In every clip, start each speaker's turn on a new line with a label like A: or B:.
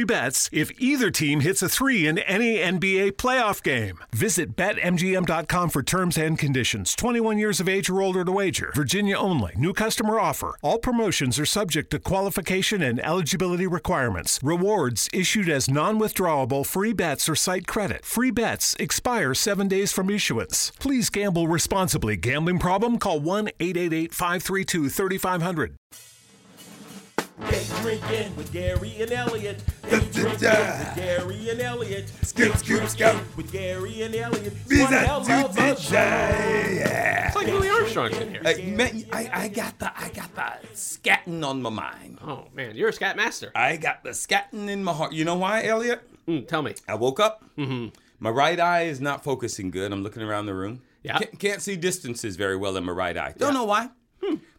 A: bets if either team hits a three in any NBA playoff game. Visit betmgm.com for terms and conditions. 21 years of age or older to wager. Virginia only. New customer offer. All promotions are subject to qualification and eligibility requirements. Rewards issued as non withdrawable free bets or site credit. Free bets expire seven days from issuance. Please gamble responsibly. Gambling problem? Call 1 888 532 3500.
B: They drinking with Gary and Elliot. They drinking with Gary and Elliot. Skip, skip, skip. With Gary and Elliot. One hell of a show.
C: It's like Louis Armstrong's in here.
D: Uh, man, I, I got the I got the scatting on my mind.
C: Oh man, you're a scat master.
D: I got the scatting in my heart. You know why, Elliot?
C: Mm, tell me.
D: I woke up. My right eye is not focusing good. I'm looking around the room.
C: Yeah.
D: Can't, can't see distances very well in my right eye. Don't know why.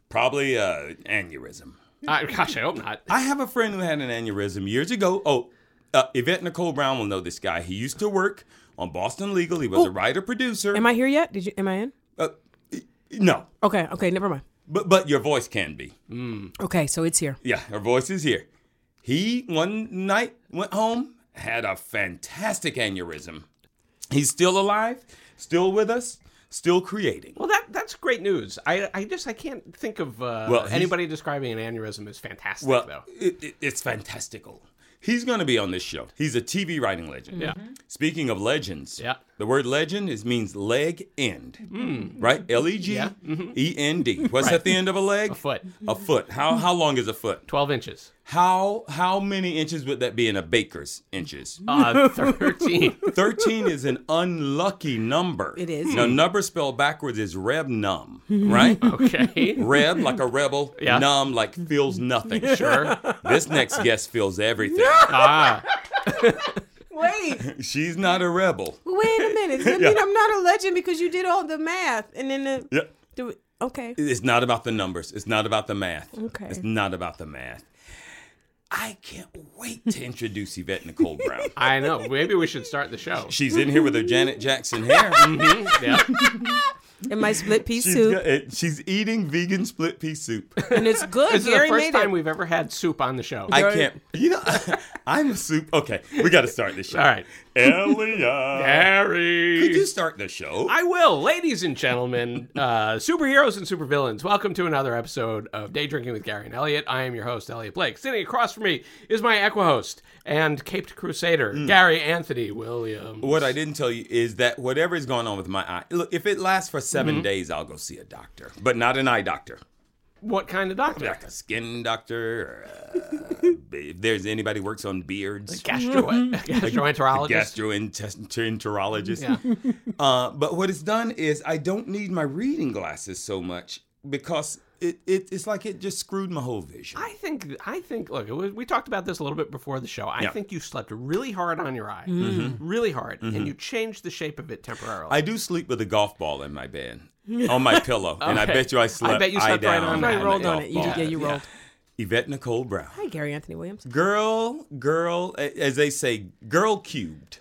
D: Probably uh, aneurysm.
C: Uh, gosh, I hope not.
D: I have a friend who had an aneurysm years ago. Oh, uh, Yvette Nicole Brown will know this guy. He used to work on Boston Legal. He was a writer producer.
E: Am I here yet? Did you? Am I in?
D: Uh, no,
E: Okay. Okay. Never mind.
D: but but your voice can be.
E: Okay. So it's here.
D: Yeah, her voice is here. He one night went home, had a fantastic aneurysm. He's still alive, still with us, still creating.
C: Well, that that's great news. I I just I can't think of uh,
D: Well, he's-
C: anybody describing an aneurysm as fantastic
D: Well,
C: though.
D: it, it- it's fantastical. He's going to be on this show. He's a TV writing legend.
C: Yeah.
D: Speaking of legends,
C: Yeah. Hmm.
D: the word legend is means leg end, right? L E G E N D. What's at the end of a leg? A
C: Mm-hmm. foot.
D: A foot. How how long is a foot?
C: Twelve inches.
D: How how many inches would that be in a baker's inches?
C: Uh, Thirteen.
D: 13 is an unlucky number.
E: It is.
C: Hmm.
D: Now, number spelled backwards is reb num, right?
C: Okay.
D: Reb, like a rebel.
C: Yeah.
D: Num, like feels nothing.
C: Sure.
D: This next guest feels everything.
C: Ah.
E: Wait.
D: She's not a rebel.
E: Wait a minute. Does that mean I'm not a legend because you did all the math and then the.
D: Yeah.
E: the- okay.
D: It's not about the numbers. It's not about the math.
E: Okay.
D: It's not about the math. I can't wait to introduce Yvette Nicole Brown.
C: I know. Maybe we should start the show.
D: She's in here with her Janet Jackson hair.
C: Mhm, yeah.
E: And my split pea
D: She's,
E: soup.
D: got- it- she's eating vegan split pea soup.
E: And it's good.
C: This is the
E: Gary
C: first
E: made
C: time
E: it.
C: we've ever had soup on the show.
D: I can't. You know, I'm a soup. Okay, we got to start this show.
C: All right.
D: Elliot.
C: Harry.
D: Could you start the show?
C: I will, ladies and gentlemen, uh, superheroes and supervillains. Welcome to another episode of Day Drinking with Gary and Elliot. I am your host, Elliot Blake. Sitting across from me is my equi-host and caped crusader,
D: Mm.
C: Gary Anthony Williams.
D: what I didn't tell you is that whatever is going on with my eye, look, if it lasts for 7
C: Mm-hmm.
D: days, I'll go see a doctor, but not an eye doctor,
C: What kind of doctor?
D: like a skin doctor. Or, uh, if there's anybody who works on beards,
C: Gastro- gastroenterologist.
D: gastroenterologist. Uh, but what it's done is I don't need my reading glasses so much because it, it it's like it just screwed my whole vision.
C: I think I think look it was- we talked about this a little bit before the show. I
D: Yeah. Mm-hmm.
C: think you slept really hard on your eye,
E: Mm-hmm.
C: really hard, and you changed the shape of it temporarily.
D: I do sleep with a golf ball in my bed, on my pillow, and I
C: Okay.
D: bet you I slept.
C: I bet you slept right
D: down
C: on
E: I
C: that.
D: a
E: rolled on
D: golf
E: it. You did,
D: ball.
E: yeah, Mm, you rolled.
D: Yvette Nicole Brown,
E: Hi, Gary Anthony Williams.
D: girl, girl, a- as they say, girl cubed,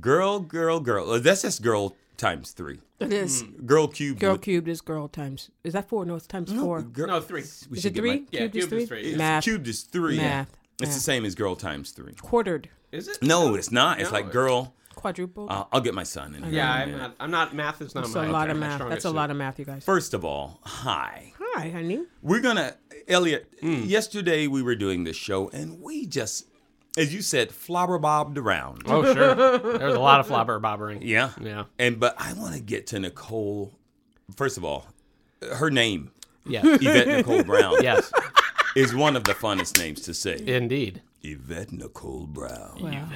D: girl, girl, girl. Uh, That's just girl times three.
E: It is.
D: Girl cubed.
E: Girl
D: with-
E: cubed is girl times. Is that four? No, it's times four.
D: Girl,
C: no three.
D: we
E: is
D: should
E: it
D: get
E: three?
D: my-
C: Yeah, cubed is three.
D: it's-
E: Math.
D: Cubed is three.
E: Math.
D: It's the
E: Math.
D: same as girl times three.
E: Quartered.
C: Is it?
D: No, it's not. It's
C: No,
D: like
C: it-
D: girl.
E: Quadrupled.
D: Uh, I'll get my son in. here
C: Yeah,
D: in a
C: I'm
D: minute.
C: not. I'm not. Math is not
E: That's a
C: my.
E: lot of
C: my
E: math.
C: strongest
E: That's a
C: suit.
E: lot of math, you guys.
D: First of all, hi.
E: Hi, honey.
D: We're gonna Elliot. Yesterday we were doing this show, and we just, as you said, flobberbobbed around.
C: Oh sure, there was a lot of flobber bobbering.
D: Yeah,
C: yeah,
D: And but I want to get to Nicole. First of all, her name
C: yes,
D: Yvette Nicole Brown
C: yes,
D: is one of the funnest names to say.
C: indeed.
D: Yvette Nicole Brown.
E: Wow.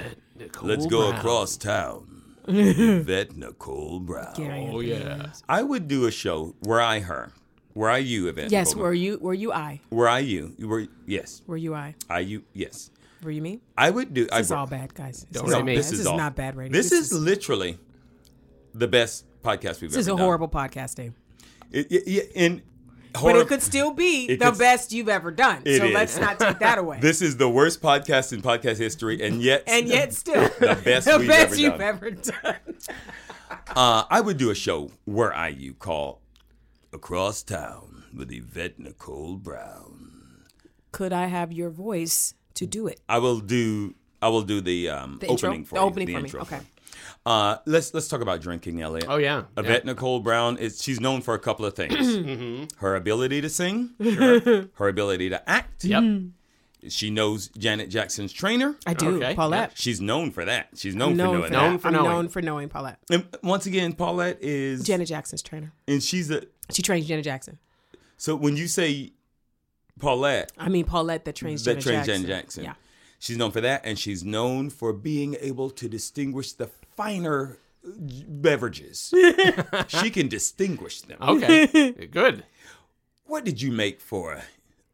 D: Let's go across town. Yvette Nicole Brown.
E: Gary
C: Oh
E: Anthony.
C: yeah,
D: I would do a show. Were I her? Were I you, Yvette?
E: Yes,
D: Nicole
E: were you? Were you I?
D: Were I you? You Were yes.
E: Were you I?
D: I you yes.
E: Were you me?
D: I would do.
E: This is
D: I,
E: all bad, guys. This
C: Don't
E: is
C: worry,
E: all
C: me.
E: bad.
C: This
D: is
E: This is
D: all-
E: not bad radio.
D: This, is, literally the best podcast we've
E: this is
D: ever
E: a
D: done.
E: horrible podcasting,
D: It, it, it, and
E: but
D: horrib-
E: it could still be
D: It
E: the
D: could-
E: best you've ever done.
D: It
E: So
D: is.
E: let's not take that away.
D: this is the worst podcast in podcast history, and yet,
E: and yet still
D: the best
E: the
D: we've
E: best
D: ever
E: you've
D: done.
E: ever done.
D: Uh, I would do a show where I you call Across Town with Yvette Nicole Brown.
E: Could I have your voice to do it?
D: I will do. I will do the, um,
E: The intro?
D: opening for
E: The
D: you,
E: opening
D: the
E: for me,
D: intro
E: okay.
D: you. Uh, let's let's talk about drinking, Elliot.
C: Oh yeah.
D: Yvette Nicole Brown is she's known for a couple of things: her ability to sing, her ability to act.
C: Yep.
D: She knows Janet Jackson's trainer.
E: I do,
C: Okay,
E: Paulette.
D: She's known for that. She's known,
E: I'm
D: for
E: known
D: doing
E: for
D: that.
E: that.
C: for
E: I'm
C: knowing.
E: known for knowing Paulette.
D: And once again, Paulette is,
E: Janet Jackson's trainer.
D: and she's a.
E: She trains Janet Jackson.
D: So when you say Paulette,
E: I mean Paulette that trains
D: that
E: Janet
D: trains
E: Jackson.
D: Janet Jackson.
E: Yeah.
D: She's known for that, and she's known for being able to distinguish the finer beverages. she can distinguish them.
C: Okay. Good.
D: What did you make for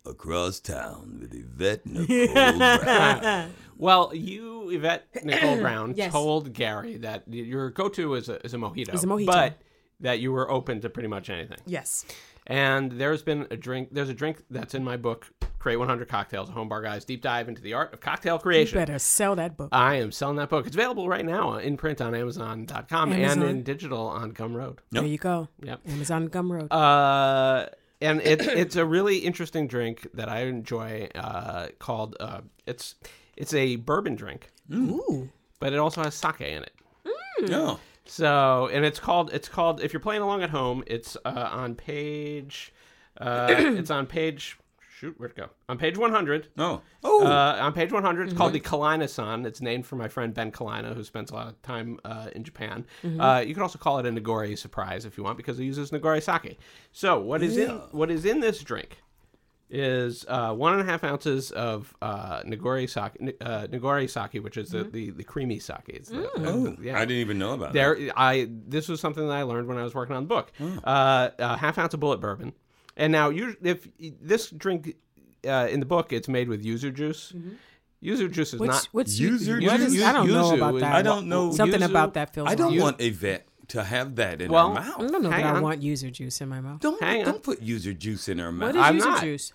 D: Across Town with Yvette Nicole Brown?
C: Well, you, Yvette Nicole Brown,
E: Yes.
C: told Gary that y- your go-to is a, is a mojito.
E: Is a mojito.
C: But that you were open to pretty much anything.
E: Yes.
C: And there's been a drink. There's a drink that's in my book, Create 100 Cocktails, a Home Bar Guys Deep Dive into the Art of Cocktail Creation.
E: Better sell that
D: Uh,
E: book.
C: I am selling that book. It's available right now in print on Amazon.com and
E: Amazon.
C: in digital on Gumroad.
E: There you go.
C: Yep.
E: Amazon Gumroad.
C: Uh, and it, it's a really interesting drink that I enjoy. Uh, called uh, it's it's a bourbon drink,
E: Ooh.
C: but it also has sake in it.
D: no.
C: So, and it's called it's called if you're playing along at home, it's uh, on page uh, it's on page shoot where'd it go on page 100.
D: No. Oh.
C: Uh, on page 100, it's called the Kalina San. It's named for my friend Ben Kalina, who spends a lot of time uh, in Japan. Uh, you can also call it a Nagori surprise if you want, because it uses Nagori sake. So, what is in what is in this drink is uh, one and a half ounces of uh, Nagori sake, uh, Nagori sake, which is the, the, the creamy sake. It's the,
D: oh.
C: yeah.
D: I didn't even know about that.
C: There, I this was something that I learned when I was working on the book.
D: Hmm.
C: Uh, a half ounce of bullet bourbon, and now you, if this drink uh, in the book, it's made with yuzu juice. Yuzu juice is
E: Mm-hmm. Which
C: not.
E: which
D: User
E: what is-
D: juice?
E: I don't know
C: Yuzu
E: about
C: is-
E: that.
D: I don't know.
E: Something
C: Yuzu-
E: about that feels
D: I don't
E: wrong.
D: want Yvette to have that in
C: Well,
D: her mouth.
E: I don't know
C: Hang
E: that I
C: on.
E: want user juice in my mouth.
D: Don't
C: Hang on.
D: don't put user juice in her mouth.
E: What
C: I'm
E: is user
C: not.
E: juice?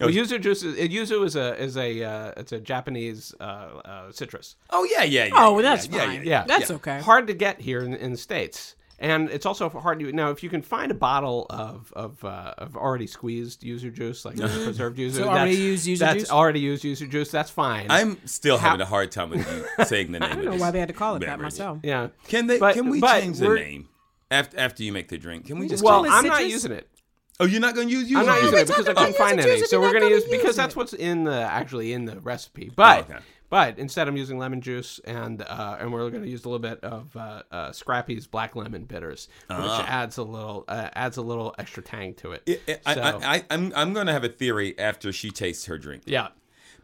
C: Well, yuzu juice is yuzu is a is a uh, it's a Japanese uh, uh, citrus.
D: oh yeah, yeah, yeah.
E: Oh,
D: yeah,
E: that's
D: yeah,
E: fine.
D: Yeah,
C: Yeah.
E: That's
D: yeah.
E: okay.
C: Hard to get here in, in the states. And it's also hard to now if you can find a bottle of of, uh, of already squeezed user juice like preserved user
E: So already used yuzu
C: that's
E: juice?
C: already used user juice that's fine
D: I'm still having a hard time with you saying the name.
E: I don't know why they had to call it that myself.
C: yeah
D: Can they?
C: But-
D: can we
C: but
D: change the
C: we're-
D: name after after you make the drink? Can we just?
C: Well,
E: call it
C: I'm not
E: citrus?
C: using it.
D: oh, you're not going to use user
C: I'm not
D: juice?
C: using it because I
E: about
C: couldn't find
E: using juice
C: any.
E: if
C: So
E: you're
C: we're
E: not
C: gonna
E: gonna
C: use
E: use
C: because that's
E: it?
C: what's in the actually in the recipe. But
D: Oh, okay.
C: but instead, I'm using lemon juice and uh, and we're going to use a little bit of uh, uh, Scrappy's black lemon bitters, which adds a little uh, adds a little extra tang to it.
D: Ah. It- it- I,
C: So-
D: I, I, I'm I'm going to have a theory after she tastes her drink
C: yeah.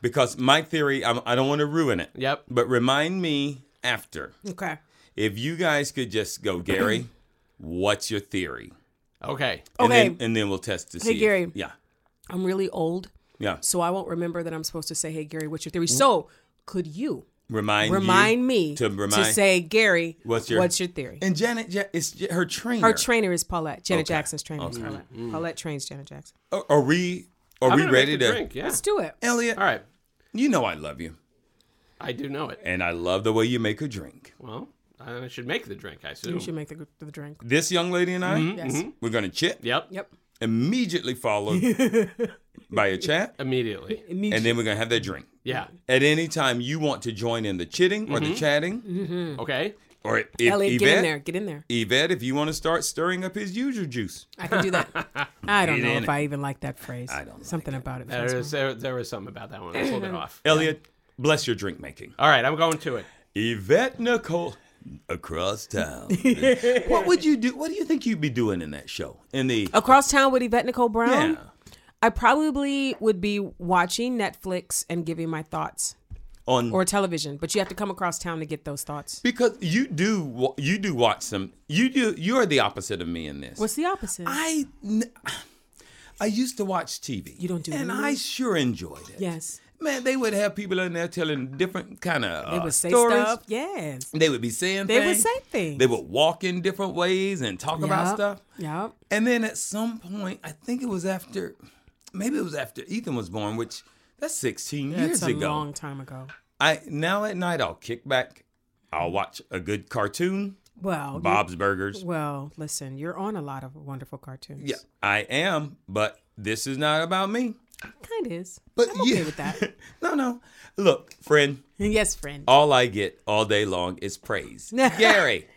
D: because my theory I'm, I don't want to ruin it.
C: Yep.
D: But remind me after
E: Okay.
D: if you guys could just go Gary, what's your theory?
C: Okay.
D: And
E: Okay.
D: then, and then we'll test to see. if-
E: Gary.
D: yeah.
E: I'm really old,
D: Yeah.
E: so I won't remember that I'm supposed to say, "Hey Gary, what's your theory?" So, could you
D: Remind Mm. you
E: remind me
D: to remind
E: say, "Gary,
D: What's your-
E: theory?"
D: And Janet, ja- it's j- her trainer.
E: Her trainer is Paulette. Janet
D: Okay. Mm,
E: Jackson's trainer is Paulette. Paulette trains Janet Jackson.
D: are, are we? Are
C: I'm
D: we
C: gonna
D: ready
C: make
D: to?
C: the drink? Yeah.
E: Let's do it.
D: Elliot,
C: All right.
D: you know I love you,
C: I do know it.
D: and I love the way you make a drink.
C: Well, I should make the drink. I assume.
E: You should make the, the drink.
D: This young lady and I,
E: Yes.
D: we're gonna chit.
C: Mm-hmm, Yep.
E: Yep.
D: Immediately followed by a chat,
C: Immediately.
D: and then we're gonna have that drink.
C: Yeah.
D: At any time you want to join in the chitting or the
C: Mm-hmm.
D: chatting,
E: Mm.
C: Okay.
D: or if if
E: Elliot,
D: E- Yvette,
E: get in there. Get in there.
D: Yvette, if you want to start stirring up his user juice,
E: I can do that. I don't know
D: in
E: if
D: it.
E: I even like that phrase. I
D: don't like
E: Something about it.
C: There
E: feels
C: was, there, there was something about that one. I pulled it off.
D: Elliot, bless your drink making.
C: All right. I'm going to it.
D: Yvette Nicole across town. what would you do? What do you think you'd be doing in that show? In the
E: Across town with Yvette Nicole Brown,
D: yeah,
E: I probably would be watching Netflix and giving my thoughts
D: on
E: or television, but you have to come across town to get those thoughts.
D: because you do wa- you do watch some you do you are the opposite of me in this.
E: What's the opposite?
D: I n- I used to watch TV.
E: You don't do
D: and
E: any?
D: I sure enjoyed it.
E: yes.
D: Man, they would have people in there telling different kind of
E: They would say
D: Uh, stories.
E: stuff. Yes.
D: They would be saying
E: They would
D: things.
E: say things.
D: They would walk in different ways and talk about
E: Yup,
D: stuff.
E: yup.
D: And then at some point, I think it was after, maybe it was after Ethan was born, which that's 16 years
E: That's a
D: ago.
E: long time ago.
D: I now at night I'll kick back, I'll watch a good cartoon,
E: Well, you-
D: Bob's Burgers.
E: Well, listen, you're on a lot of wonderful cartoons.
D: Yeah, I am, but this is not about me.
E: kind of is.
D: But
E: I'm okay
D: you-
E: with that.
D: No, no. Look, friend,
E: yes, friend.
D: all I get all day long is praise. Gary,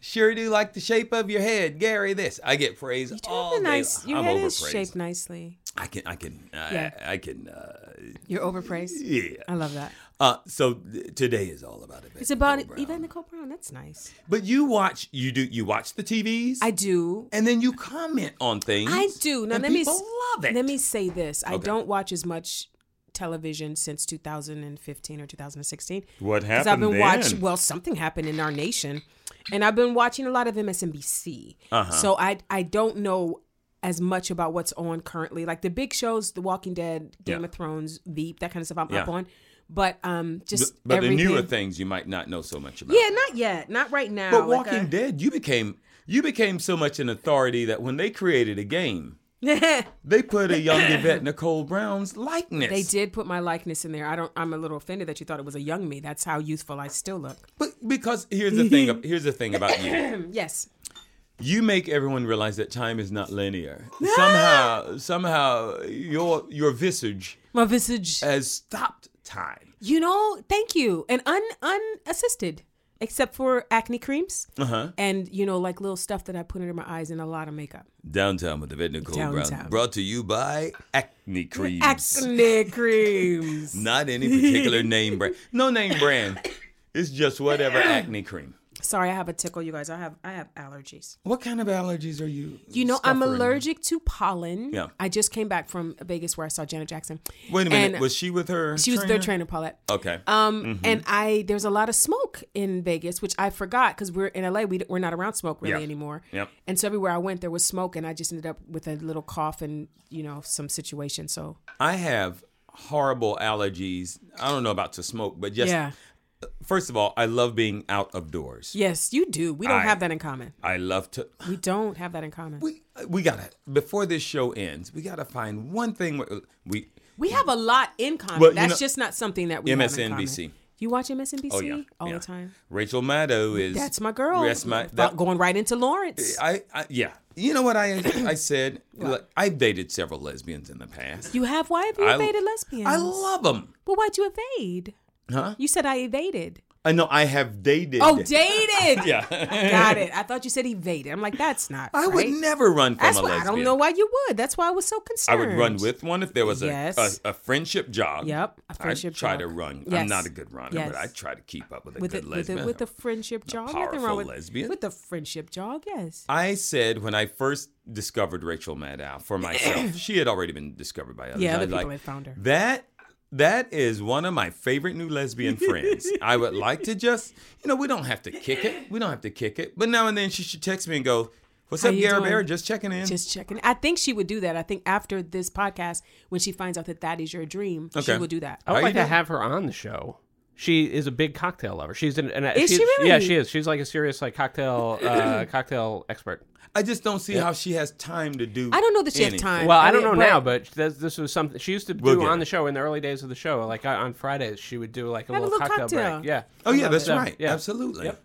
D: sure do like the shape of your head, Gary. This I get praise
E: You do have
D: all
E: a nice.
D: day.
E: Your
D: long.
E: head
D: I'm
E: is
D: overpraised.
E: shaped nicely.
D: I can, I can, uh,
E: Yeah.
D: I can. Uh,
E: You're overpraised.
D: yeah.
E: I love that.
D: Uh, so th- today is all about it.
E: It's about Eva Nicole Brown. That's nice.
D: But you watch, you do, you watch the TVs,
E: I do.
D: and then you comment on things.
E: I do. Now
D: and
E: let me s-
D: people love it.
E: Let me say this. I
D: Okay.
E: don't watch as much television since 2015 or 2016.
D: What
E: 'Cause I've
D: happened
E: been
D: then?
E: watching. Well, something happened in our nation, and I've been watching a lot of MSNBC.
D: Uh-huh.
E: So I I don't know as much about what's on currently, like the big shows, The Walking Dead, Game
D: Yeah.
E: of Thrones, Veep, that kind of stuff. I'm up
D: Yeah.
E: on, but um, just
D: But
E: everything.
D: the newer things you might not know so much about.
E: Yeah, not yet, not right now.
D: But
E: Like,
D: Walking Dead, you became you became so much an authority that when they created a game,
E: uh,
D: they put a young Yvette Nicole Brown's likeness.
E: They did put my likeness in there. I don't. I'm a little offended that you thought it was a young me. That's how youthful I still look. Mm,
D: But because here's the thing here's the thing about you.
E: Yes.
D: You make everyone realize that time is not linear. somehow somehow your your visage
E: My visage.
D: has stopped time.
E: You know, thank you. And un unassisted, except for acne creams
D: Uh-huh.
E: and you know, like little stuff that I put under my eyes and a lot of makeup.
D: Downtown with Yvette Nicole Brown.
E: Downtown.
D: Brought to you by Acne Creams.
E: Acne creams.
D: Not any particular name brand. No name brand. It's just whatever acne cream.
E: Sorry, I have a tickle, you guys. I have I have allergies.
D: What kind of allergies are you?
E: You know, I'm
D: suffering?
E: allergic to pollen.
D: Yeah.
E: I just came back from Vegas where I saw Janet Jackson.
D: Wait a minute.
E: And
D: was she with her?
E: she was their trainer, Paulette.
D: Okay.
E: Um,
D: Mm-hmm.
E: and I there's a lot of smoke in Vegas, which I forgot because we're in LA. We d- we're not around smoke really
D: Yeah.
E: anymore.
D: Yep.
E: And so everywhere I went, there was smoke, and I just ended up with a little cough and you know some situation. So
D: I have horrible allergies. I don't know about to smoke, but just
E: yeah,
D: first of all, I love being out of doors.
E: yes, you do. We don't
D: I-
E: have that in common.
D: I love to.
E: We don't have that in common. We,
D: We we gotta before this show ends. We gotta find one thing. where- We
E: have a lot in common.
D: Well, you
E: That's
D: know-
E: just not something that we have in common.
D: MSNBC.
E: You watch MSNBC
D: oh yeah
E: all
D: yeah.
E: the time.
D: Rachel Maddow is
E: That's my girl.
D: That's my
E: About
D: that-
E: going right into Lawrence.
D: I, I yeah. You know what I I said? Look, I've dated several lesbians in the past.
E: you have why have you
D: I-
E: evaded lesbians?
D: I love them.
E: But why'd you evade?
D: Huh?
E: You said I evaded.
D: I know I have dated.
E: Oh, dated.
D: Yeah.
E: Got it. I thought you said evaded. I'm like, that's not.
D: I
E: right.
D: would never run from
E: That's
D: a
E: why I
D: lesbian.
E: don't know why you would. That's why I was so
D: I
E: concerned.
D: would run with one if there was a,
E: Yes.
D: a, a friendship job.
E: Yep, a friendship
D: I try to
E: jog.
D: run. I'm
E: Yes.
D: not a good runner,
E: Yes.
D: but I try to keep up with a
E: with
D: good
E: the, with,
D: lesbian.
E: the, with the friendship jog. Nothing
D: powerful
E: wrong with
D: lesbian.
E: With the friendship jog, yes.
D: I said when I first discovered Rachel Maddow for myself, she had already been discovered by others.
E: Yeah,
D: I
E: other
D: was
E: people
D: like,
E: had found her.
D: That that is one of my favorite new lesbian friends. I would like to just, you know, we don't have to kick it. We don't have to kick it. But now and then she should text me and go, "What's
E: How
D: up,
E: you
D: Gary
E: doing?"
D: Bear? Just checking in."
E: Just checking. I think she would do that. I think after this podcast, when she finds out that that is your dream,
D: Okay.
E: she will do that.
C: I
D: How
C: would
D: you
C: like to
D: doing?
C: have her on the show. She is a big cocktail lover. She's an, an
E: Is
C: she's-
E: she really?
C: Yeah, she is. She's like a serious like cocktail uh, cocktail expert.
D: I just don't see how she has time to do.
E: I don't know that she has
D: anything.
E: time.
C: Well, I don't
E: mean,
C: know
E: but-
C: now, but this, this was something she used to do
D: We'll get it.
C: on the show in the early days of the show. Like uh, on Fridays, she would do like a,
E: Have a
C: little,
E: little
C: cocktail,
E: cocktail.
C: break. Yeah.
D: Oh yeah, that's
C: it.
D: right.
C: Yeah.
D: Absolutely.
C: Yep.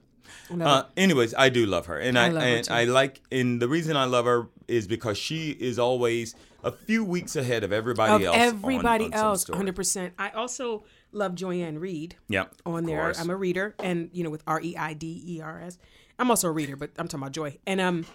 D: Uh, anyways, I do love her, and I,
E: I love her
D: and
E: too.
D: I like, and the reason I love her is because she is always a few weeks ahead of everybody
E: Of
D: else. on-
E: everybody
D: on some
E: else,
D: story.
E: 100%. I also love Joyanne Reed.
D: Yep,
E: on
D: of
E: there.
D: course.
E: I'm a reader, and you know, with R E I D E R S. I'm also a reader, but I'm talking about Joy. And um,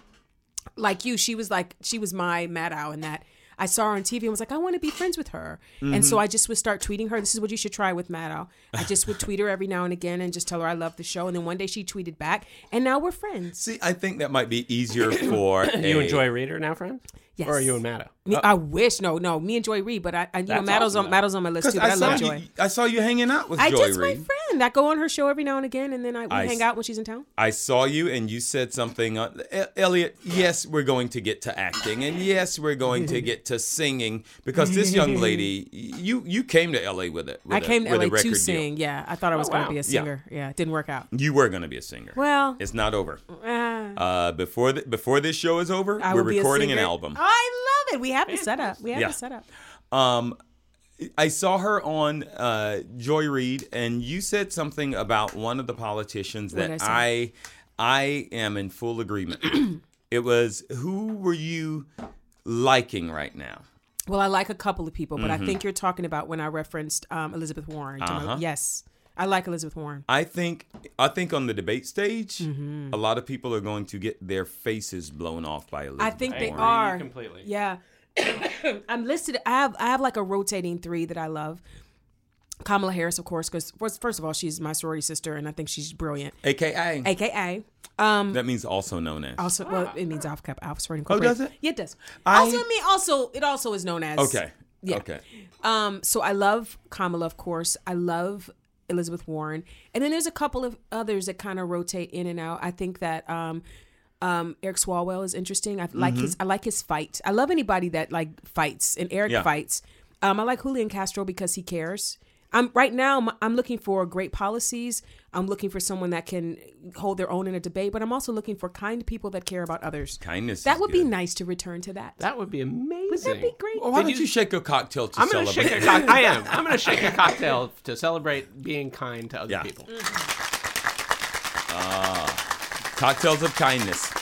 E: like you, she was like she was my Maddow in that. I saw her on TV and was like, I want to be friends with her. And
D: Mm-hmm.
E: so I just would start tweeting her. This is what you should try with Maddow. I just would tweet her every now and again and just tell her I love the show. And then one day she tweeted back, and now we're friends.
D: See, I think that might be easier for
C: You
D: a-
C: enjoy Reader now, friends?
E: Yes.
C: Or are you and Maddow?
E: Me- I wish no, no, me and Joy Reed, but I, I you know
C: That's
E: Maddow's
C: awesome,
E: on
C: though.
E: Maddow's on my list
D: 'Cause
E: too. But I,
D: saw
E: love Joy.
D: you, I saw you hanging out with
E: I
D: Joy
E: just
D: Reid.
E: my fun. I go on her show every now and again, and then I we
D: I
E: hang
D: s-
E: out when she's in town.
D: I saw you and you said something. Uh, E- Elliot, yes, we're going to get to acting, and yes, we're going to get to singing because this young lady, you you came to LA with it. With
E: I came
D: a,
E: to
D: with a
E: LA
D: record
E: to
D: deal. Oh,
E: sing. Yeah, I thought I was going
C: wow.
E: to be a singer. Yeah. it didn't work out.
D: You were going to be a singer.
E: Well,
D: it's not over.
E: uh,
D: Uh, before the, before this show is over,
E: I
D: we're
E: will be a
D: recording an
E: singer.
D: album.
E: I love it. We have the setup. We have
D: Yeah.
E: the setup.
D: Um, I saw her on uh, Joy Reid, and you said something about one of the politicians that
E: What'd I
D: I, I am in full agreement. it was who were you liking right now?
E: Well, I like a couple of people, but
D: Mm-hmm.
E: I think you're talking about when I referenced um, Elizabeth Warren. to
D: Uh-huh.
E: my- yes, I like Elizabeth Warren.
D: I think I think on the debate stage,
E: Mm-hmm.
D: a lot of people are going to get their faces blown off by Elizabeth.
E: I think they
D: Warren.
E: are
C: completely.
E: Yeah, I'm listed. I have I have like a rotating three that I love. Kamala Harris, of course, because first of all, she's my sorority sister, and I think she's brilliant.
D: AKA.
E: AKA,
D: that means also known as.
E: also, well, it means Alpha Cap Alpha Sorority.
D: Ah.
E: Incorporated.
D: Oh, does it?
E: Yeah, it does.
D: I-
E: also, I mean, also, it also is known as
D: okay.
E: Yeah.
D: Okay.
E: Um, so I love Kamala, of course. I love Elizabeth Warren, and then there's a couple of others that kind of rotate in and out. I think that um, um, Eric Swalwell is interesting. I like his I like his fight. I love anybody that like fights, and Eric
D: Mm-hmm. Yeah.
E: fights. Um, I like Julian Castro because he cares. I'm right now. I'm, I'm looking for great policies. I'm looking for someone that can hold their own in a debate, but I'm also looking for kind people that care about others.
D: Kindness. is
E: That would be
D: good.
E: nice to return to that.
C: That would be amazing.
E: Would that be great?
D: Well, why don't you, shake a cocktail to
C: I'm gonna
D: celebrate?
C: shake a cock- I am. I'm gonna shake a cocktail to celebrate being kind to other
D: Yeah.
C: people.
D: Ah, Cocktails of kindness.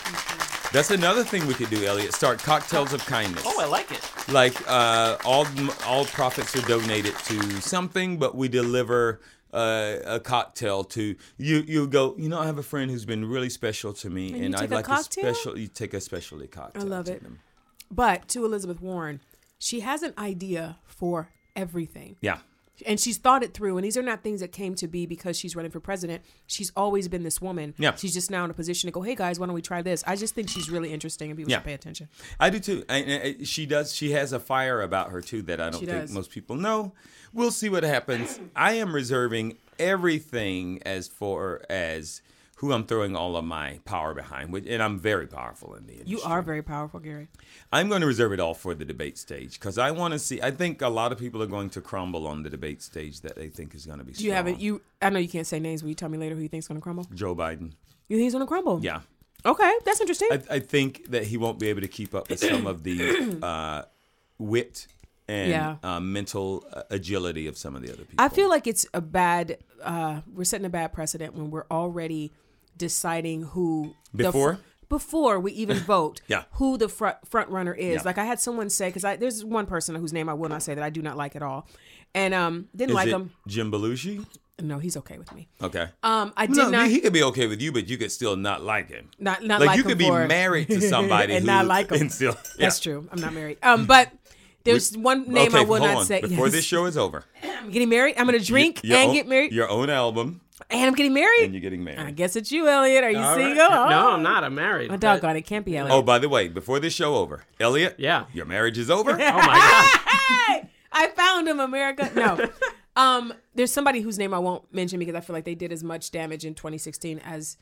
D: That's another thing we could do, Elliot. Start cocktails of kindness.
C: Oh, I like it.
D: like uh, all all profits are donated to something, but we deliver uh, a cocktail to you. You go. You know, I have a friend who's been really special to me, and,
E: you
D: I'd
E: take a
D: like
E: cocktail?
D: a special. You take a specialty cocktail.
E: I love
D: to
E: it.
D: them.
E: But to Elizabeth Warren, she has an idea for everything.
D: Yeah.
E: And she's thought it through. And these are not things that came to be because she's running for president. She's always been this woman.
D: Yeah.
E: She's just now in a position to go, hey guys, why don't we try this? I just think she's really interesting and people
D: Yeah.
E: should pay attention.
D: I do too. And, and she does. She has a fire about her too that I don't
E: She
D: think
E: does.
D: most people know. We'll see what happens. I am reserving everything as far as who I'm throwing all of my power behind, which- and I'm very powerful in the industry.
E: You are very powerful, Gary.
D: I'm going to reserve it all for the debate stage because I want to see. I think a lot of people are going to crumble on the debate stage that they think is going to be.
E: Do you
D: strong.
E: haven't you I know you can't say names, will you tell me later who you think's gonna crumble?
D: Joe Biden?
E: You think he's gonna crumble?
D: Yeah,
E: Okay, that's interesting.
D: I, I think that he won't be able to keep up with some of the uh, wit and
E: Yeah.
D: uh, mental uh, agility of some of the other people.
E: I feel like it's a bad. Uh, we're setting a bad precedent when we're already deciding who the f-
D: Before?
E: before we even vote,
D: Yeah.
E: who the front front runner is.
D: Yeah.
E: Like I had someone say because I there's one person whose name I will not say that I do not like at all, and um didn't
D: is
E: like
D: it
E: him.
D: Jim Belushi.
E: No, he's okay with me.
D: Okay.
E: Um, I did
D: no,
E: not
D: he could be okay with you, but you could still not like him.
E: not not
D: like,
E: like,
D: you
E: him
D: could be
E: for-
D: married to somebody
E: and
D: who,
E: not like him.
D: and still.
E: That's true. I'm not married. Um, but there's one name
D: Hmm. okay,
E: I will
D: hold
E: not
D: on.
E: say.
D: before
E: Yes.
D: this show is over.
E: I'm getting married. I'm gonna drink
D: Your
E: and
D: own-
E: get married,
D: Your own album,
E: and I'm getting married.
D: and you're getting married.
E: I guess it's you, Elliot. Are you
D: All right.
E: single?
C: No, I'm not. I'm married.
E: Oh,
C: but-
E: doggone, it can't be Elliot.
D: Oh, by the way, before this show over, Elliot.
C: Yeah.
D: Your marriage is over.
C: Oh my god.
E: Hey, I found him, America. No. Um, there's somebody whose name I won't mention because I feel like they did as much damage in 2016 as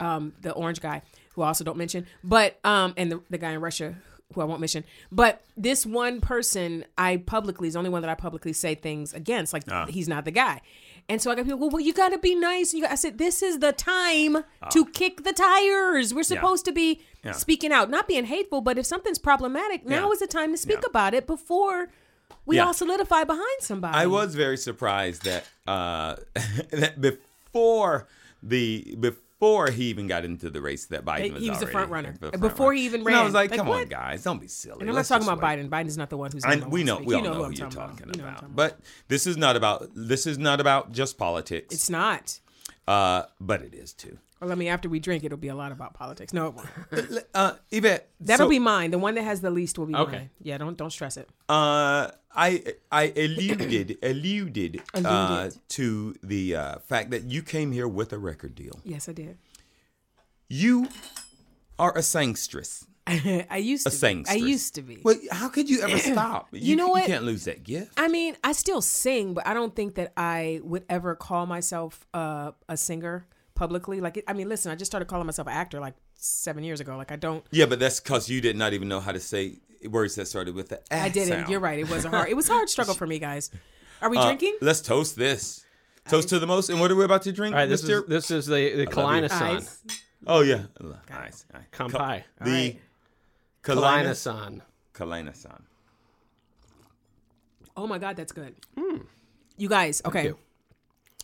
E: um, the orange guy, who I also don't mention, but um, and the, the guy in Russia who I won't mention. But this one person I publicly is the only one that I publicly say things against, like
D: Ah.
E: he's not the guy. And so I got people, well, well you got to be nice. And you got, I said, this is the time
D: Ah.
E: to kick the tires. We're supposed to be speaking out, not being hateful, but if something's problematic, now
D: Yeah.
E: is the time to speak
D: Yeah.
E: about it before we
D: Yeah.
E: all solidify behind somebody.
D: I was very surprised that uh, that before the before he even got into the race, that Biden
E: He-
D: was
E: he was the
D: already
E: front runner.
D: the front
E: Before he even
D: No, I
E: ran.
D: was like,
E: Like,
D: come on,
E: what?
D: guys, don't be silly.
E: And I'm not
D: Let's
E: talking
D: just
E: about
D: wait.
E: Biden. Biden. Biden's not the one who's.
D: I,
E: the one
D: we
E: who
D: know
E: speak.
D: we
E: You
D: all know,
E: who I'm
D: who you're
E: talking about.
D: talking
E: You know who I'm
D: about,
E: talking
D: but this is not about this is not about just politics,
E: It's not.
D: uh, but it is too.
E: Well, I mean, after we drink, it'll be a lot about politics. No, it won't.
D: Uh, Yvette,
E: That'll
D: so-
E: be mine. The one that has the least will be
C: Okay.
E: mine. Yeah, don't don't stress it.
D: Uh, I I alluded alluded, Uh, to the uh, fact that you came here with a record deal.
E: Yes, I did.
D: You are a sangstress.
E: I used to. Be. I
D: sangstress.
E: used to be.
D: Well, how could you ever stop? You,
E: know what?
D: You can't lose that gift.
E: I mean, I still sing, but I don't think that I would ever call myself uh, a singer publicly. Like, I mean, listen, I just started calling myself an actor like seven years ago. Like, I don't.
D: Yeah, but that's because you did not even know how to say words that started with the.
E: I didn't.
D: sound. Uh,
E: You're right. It was a hard. It was a hard struggle for me, guys. Are we drinking?
D: Let's toast this. Toast to the most. And what are we about to drink,
C: All right, this
D: Mister?
C: is this is the the Kalinasan
E: Ice.
D: oh yeah, nice.
C: Kampai.
D: The Kalina
C: Kalinasan.
D: Kalina-san.
E: Oh my god, that's good. You guys, okay. You.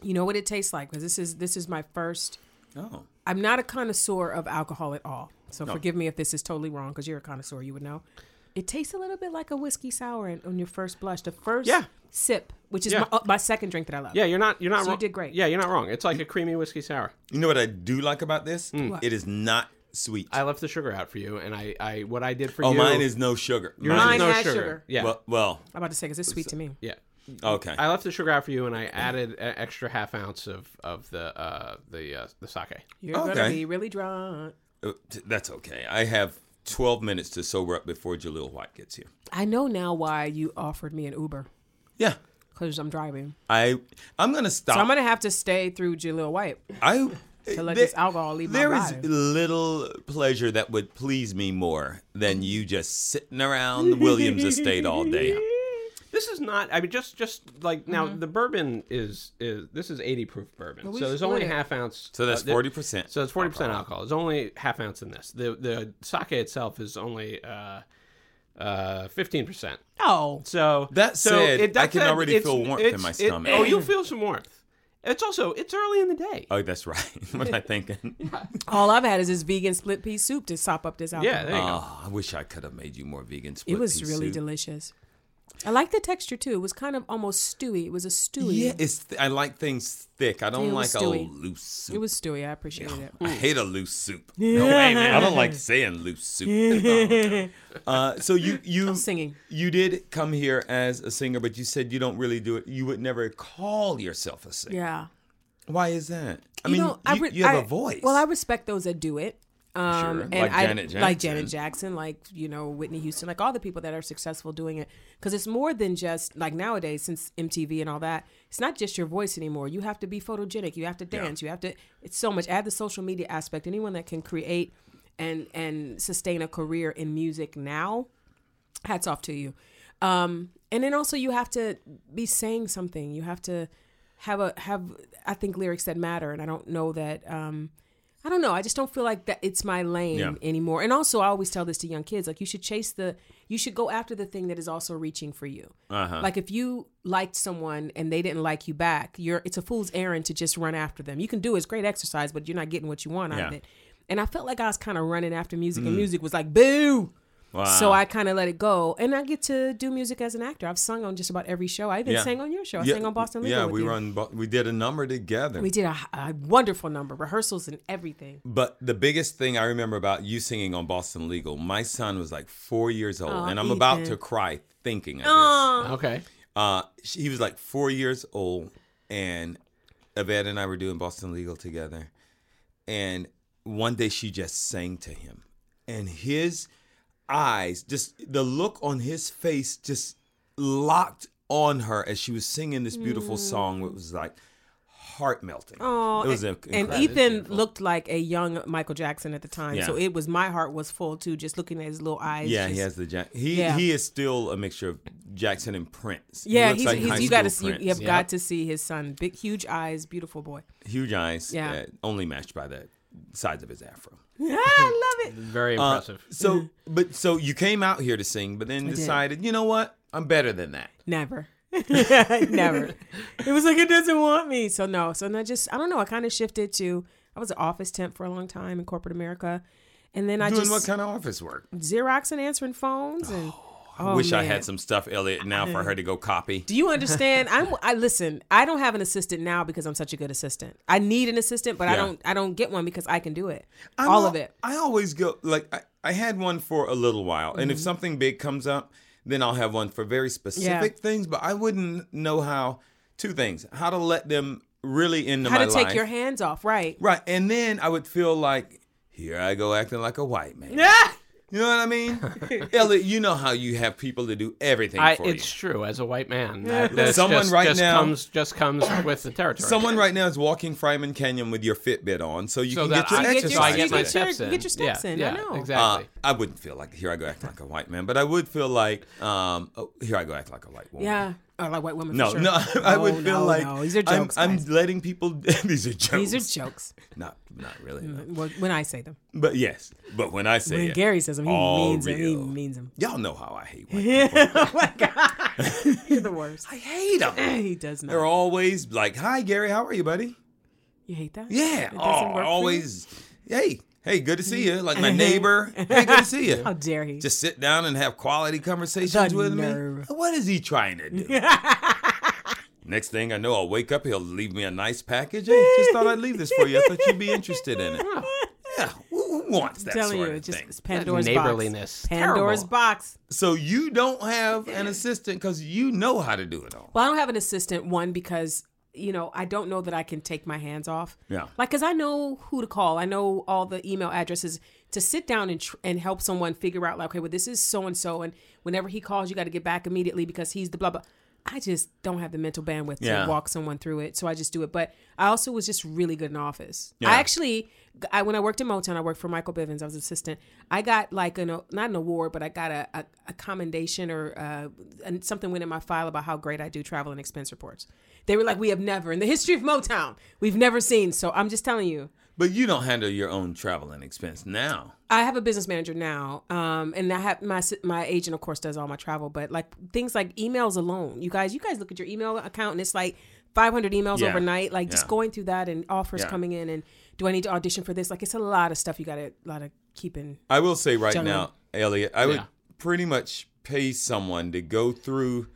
C: you.
E: know what it tastes like because this is this is my first.
D: Oh,
E: I'm not a connoisseur of alcohol at all, so forgive me if this is totally wrong because you're a connoisseur, you would know. It tastes a little bit like a whiskey sour in- on your first blush, the first
C: Yeah.
E: sip, which is
C: Yeah.
E: my, uh, my second drink that I love.
C: Yeah, you're not you're not
E: So you
C: wrong.
E: did great.
C: Yeah, you're not wrong. It's like a creamy whiskey sour.
D: you know what I do like about this?
E: Mm.
D: It is not sweet.
C: I left the sugar out for you, and I, I what I did for
D: oh,
C: you.
D: mine is no sugar.
C: yours
E: Mine
C: is no
E: has
C: sugar.
E: sugar.
C: Yeah,
D: Well, well,
E: I'm about to say because it's sweet to me.
C: yeah.
D: okay.
C: I left the sugar out for you, and I added an extra half ounce of of the uh, the uh, the sake.
E: You're gonna
D: Okay.
E: be really drunk.
D: Uh, t- That's okay. I have 12 minutes to sober up before Jaleel White gets here.
E: I know now why you offered me an Uber
D: Yeah.
E: because I'm driving,
D: I I'm gonna stop.
E: so I'm gonna have to stay through Jaleel White.
D: I
E: to let
D: there-
E: this alcohol leave my
D: There is
E: body.
D: little pleasure that would please me more than you just sitting around the Williams estate all day.
C: This is not. I mean, just just like now, the bourbon is is this is eighty proof bourbon.
E: Mm-hmm. we
C: So there's
E: split
C: only
E: it.
C: half ounce.
D: So that's
C: uh, there-
D: 40%.
C: So it's forty percent alcohol. There's only half ounce in this. The the sake itself is only uh uh fifteen percent.
E: Oh,
C: So
D: That
C: so
D: said,
C: it- that
D: I can
C: said,
D: already
C: it's-
D: feel warmth in
C: it's-
D: my
C: it-
D: stomach.
C: oh, you'll feel some warmth. It's also it's early in the day.
D: Oh, that's right. what am I thinking?
E: all I've had is this vegan split pea soup to sop up this alcohol.
C: yeah, there you go.
D: Oh, I wish I could have made you more vegan. Split
E: It was really
D: delicious.
E: delicious. I like the texture too. It was kind of almost stewy. It was a stewy.
D: Yeah, it's. Th- I like things thick. I don't
E: It
D: like
E: was
D: a
E: stewy.
D: loose soup.
E: It was stewy. I appreciate it.
D: I hate a loose soup. No, hey, man, I don't like saying loose soup. uh, so you you
E: singing.
D: You did come here as a singer, but you said you don't really do it. You would never call yourself a singer.
E: Yeah.
D: Why is that? I
E: You
D: mean,
E: know, I
D: you,
E: re-
D: you have
E: I-
D: a voice.
E: Well, I respect those that do it. Um,
D: Sure.
E: and
D: Like
E: I,
D: Janet
E: Like
D: Jackson.
E: Janet Jackson, like, you know, Whitney Houston, like all the people that are successful doing it. Because it's more than just, like nowadays, since MTV and all that, it's not just your voice anymore. You have to be photogenic. You have to dance. You have to, it's so much. Add the social media aspect. Anyone that can create and and sustain a career in music now, hats off to you. Um, and then also you have to be saying something. You have to have a have I think lyrics that matter. And I don't know that um, I don't know. I just don't feel like that it's my lane
D: Yeah.
E: anymore. And also I always tell this to young kids like you should chase the you should go after the thing that is also reaching for you.
D: Uh-huh.
E: Like if you liked someone and they didn't like you back, you're it's a fool's errand to just run after them. You can do it, it's great exercise, but you're not getting what you want out of
D: Yeah. Mm.
E: it. And I felt like I was kind of running after music, and music was like, boo. So I kind of let it go, and I get to do music as an actor. I've sung on just about every show. I even
D: Yeah.
E: sang on your show. I
D: Yeah,
E: sang on Boston Legal.
D: Yeah,
E: with
D: we
E: you.
D: were on. Bo- We did a number together.
E: We did a, a wonderful number, rehearsals and everything.
D: But the biggest thing I remember about you singing on Boston Legal, my son was like four years old, and I'm about
E: Ethan.
D: to cry thinking of this.
C: Okay.
D: Uh, she, he was like four years old, and Yvette and I were doing Boston Legal together. And one day she just sang to him, and his eyes, just the look on his face, just locked on her as she was singing this beautiful song. It was like heart melting.
E: Mm. Aw,
D: it was
E: and,
D: inc-
E: and
D: incredible.
E: Ethan looked like a young Michael Jackson at the time,
D: Yeah.
E: so it was my heart was full too, just looking at his little eyes.
D: Yeah,
E: just-
D: he has the Jack. He
E: Yeah.
D: he is still a mixture of Jackson and Prince. He
E: Yeah,
D: looks
E: he's,
D: like
E: he's
D: high
E: you got to
D: school
E: see, you
D: Prince.
E: have got to see his son, big, huge eyes, beautiful boy.
D: huge eyes.
E: Yeah.
D: uh, only matched by the size of his afro.
E: I love it.
C: Very
D: uh,
C: impressive.
D: So, but so you came out here to sing, but then decided, you know what? I'm better than that.
E: Never. Never. It was like it doesn't want me. So no. So then I just I don't know. I kind of shifted to I was an office temp for a long time in corporate America, and then I
D: Doing
E: just
D: what kind of office work?
E: Xerox and answering phones. And oh,
D: I wish I
E: man.
D: had some stuff, Elliot, now for her to go copy.
E: do you understand? I'm I listen. I don't have an assistant now because I'm such a good assistant. I need an assistant, but I
D: Yeah.
E: don't. I don't get one because I can do it.
D: I'm
E: All
D: al-
E: of it.
D: I always go like I, I had one for a little while, and
E: Mm-hmm.
D: if something big comes up, then I'll have one for very specific things. But I wouldn't know how. Two things: how to let them really into
E: How
D: my
E: to take
D: life.
E: your hands off, right?
D: Right. And then I would feel like, here I go acting like a white man. You know what I mean? Elliot, you know how you have people to do everything
C: I,
D: for
C: it's
D: you.
C: true. As a white man, that,
D: Yeah.
C: that's
D: Someone
C: just,
D: right
C: just
D: now-
C: comes just comes with the territory.
D: Someone right now is walking Fryman Canyon with your Fitbit on, so you
C: so
D: can
C: that
D: get your
C: I,
E: get your-
D: exercise.
C: so I get my
E: you get your-
C: steps in.
E: get your steps
C: yeah,
E: in, I
C: Yeah,
E: know.
D: Uh,
C: exactly.
D: I wouldn't feel like here I go act like a white man, but I would feel like um, oh, here I go act like a white woman.
E: Yeah. Or like white women. for
D: No,
E: sure.
D: no, I would
E: No,
D: feel
E: no,
D: like
E: no. these are
D: I'm-
E: jokes.
D: I'm,
E: guys.
D: letting people. these are jokes.
E: these are jokes.
D: Not, not really. no.
E: Well, when I say them,
D: But yes, but when I say
E: when
D: it,
E: Gary says them, he
D: all
E: means them. He
D: real.
E: means them.
D: Y'all know how I hate white people.
E: oh my god, you're the worst.
D: I hate them.
E: he does not.
D: They're always like, "Hi, Gary. How are you, buddy?"
E: you hate that?
D: Yeah.
E: It doesn't
D: Oh,
E: work for you?
D: always. Hey, hey, good to see you. Like my neighbor. hey, good to see you.
E: How dare he?
D: Just sit down and have quality conversations
E: The
D: with me.
E: nerve.
D: What is he trying to do? Next thing I know, I'll wake up. He'll leave me a nice package. Hey, just thought I'd leave this for you. I thought you'd be interested in it. Yeah, who who wants that
E: telling
D: sort
E: you,
D: of
E: it's just
D: thing?
E: it's Pandora's
C: neighborliness.
E: box. Pandora's
C: Terrible.
E: box.
D: So you don't have an assistant because you know how to do it all.
E: Well, I don't have an assistant one because you know I don't know that I can take my hands off.
D: Yeah.
E: Like, cause I know who to call. I know all the email addresses to sit down and tr- and help someone figure out like, okay, well, this is so and so, and whenever he calls, you got to get back immediately because he's the blah blah. I just don't have the mental bandwidth
D: Yeah.
E: to walk someone through it, so I just do it. But I also was just really good in office.
D: Yeah.
E: I actually, I when I worked in Motown, I worked for Michael Bivins. I was assistant. I got like an not an award, but I got a, a, a commendation or uh, and something went in my file about how great I do travel and expense reports. They were like, we have never in the history of Motown, we've never seen. So I'm just telling you,
D: But you don't handle your own travel and expense now.
E: I have a business manager now, um, and I have my my agent, of course, does all my travel. But like things like emails alone, you guys, you guys look at your email account, and it's like 500 emails
D: Yeah.
E: overnight. Like just
D: Yeah.
E: going through that and offers
D: Yeah.
E: coming in, and do I need to audition for this? Like it's a lot of stuff you got to lot of keeping.
D: I will say right
E: General.
D: now, Elliot, I would
C: Yeah.
D: pretty much pay someone to go through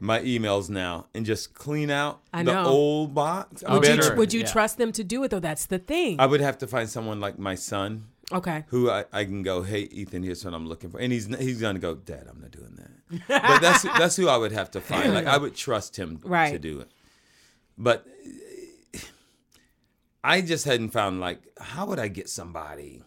D: my emails now and just clean out
E: I
D: the
E: know.
D: old box.
C: Would you-
D: Better.
E: Would you
C: Yeah.
E: trust them to do it though? That's the thing.
D: I would have to find someone like my son
E: okay,
D: who I, I can go, hey Ethan, here's what I'm looking for, and he's he's gonna go, Dad, I'm not doing that. But that's that's who I would have to find. Like I would trust him
E: Right.
D: to do it. But I just hadn't found like how would I get somebody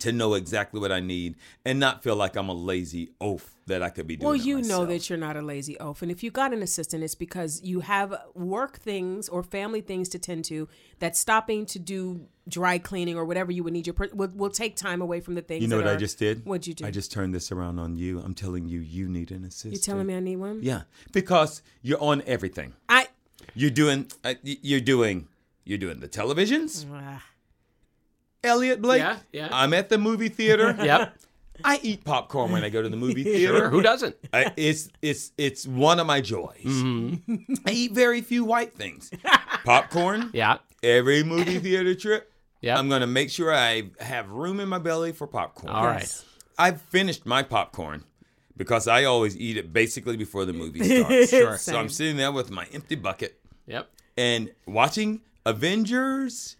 D: to know exactly what I need and not feel like I'm a lazy oaf that I could be doing.
E: Well,
D: it
E: you know
D: myself.
E: that you're not a lazy oaf. And if you got an assistant, it's because you have work things or family things to tend to that stopping to do dry cleaning or whatever you would need your per- will, will take time away from the things.
D: You know
E: that
D: what I
E: are-
D: just did?
E: What'd you do?
D: I just turned this around on you. I'm telling you, you need an assistant.
E: You telling me I need one?
D: Yeah, because you're on everything.
E: I.
D: You're doing. Uh, y- you're doing. You're doing the televisions.
E: Ah.
D: Elliot Blake.
C: Yeah, yeah.
D: I'm at the movie theater.
C: Yep.
D: I eat popcorn when I go to the movie
C: Sure.
D: theater.
C: Who doesn't?
D: I, it's it's it's one of my joys.
C: Mm-hmm.
D: I eat very few white things. Popcorn.
C: Yeah.
D: Every movie theater trip.
C: Yeah.
D: I'm gonna make sure I have room in my belly for popcorn.
C: All right.
E: Yes.
D: I've finished my popcorn because I always eat it basically before the movie starts.
E: Sure.
D: So I'm
E: Same.
D: sitting there with my empty bucket
C: Yep.
D: and watching Avengers.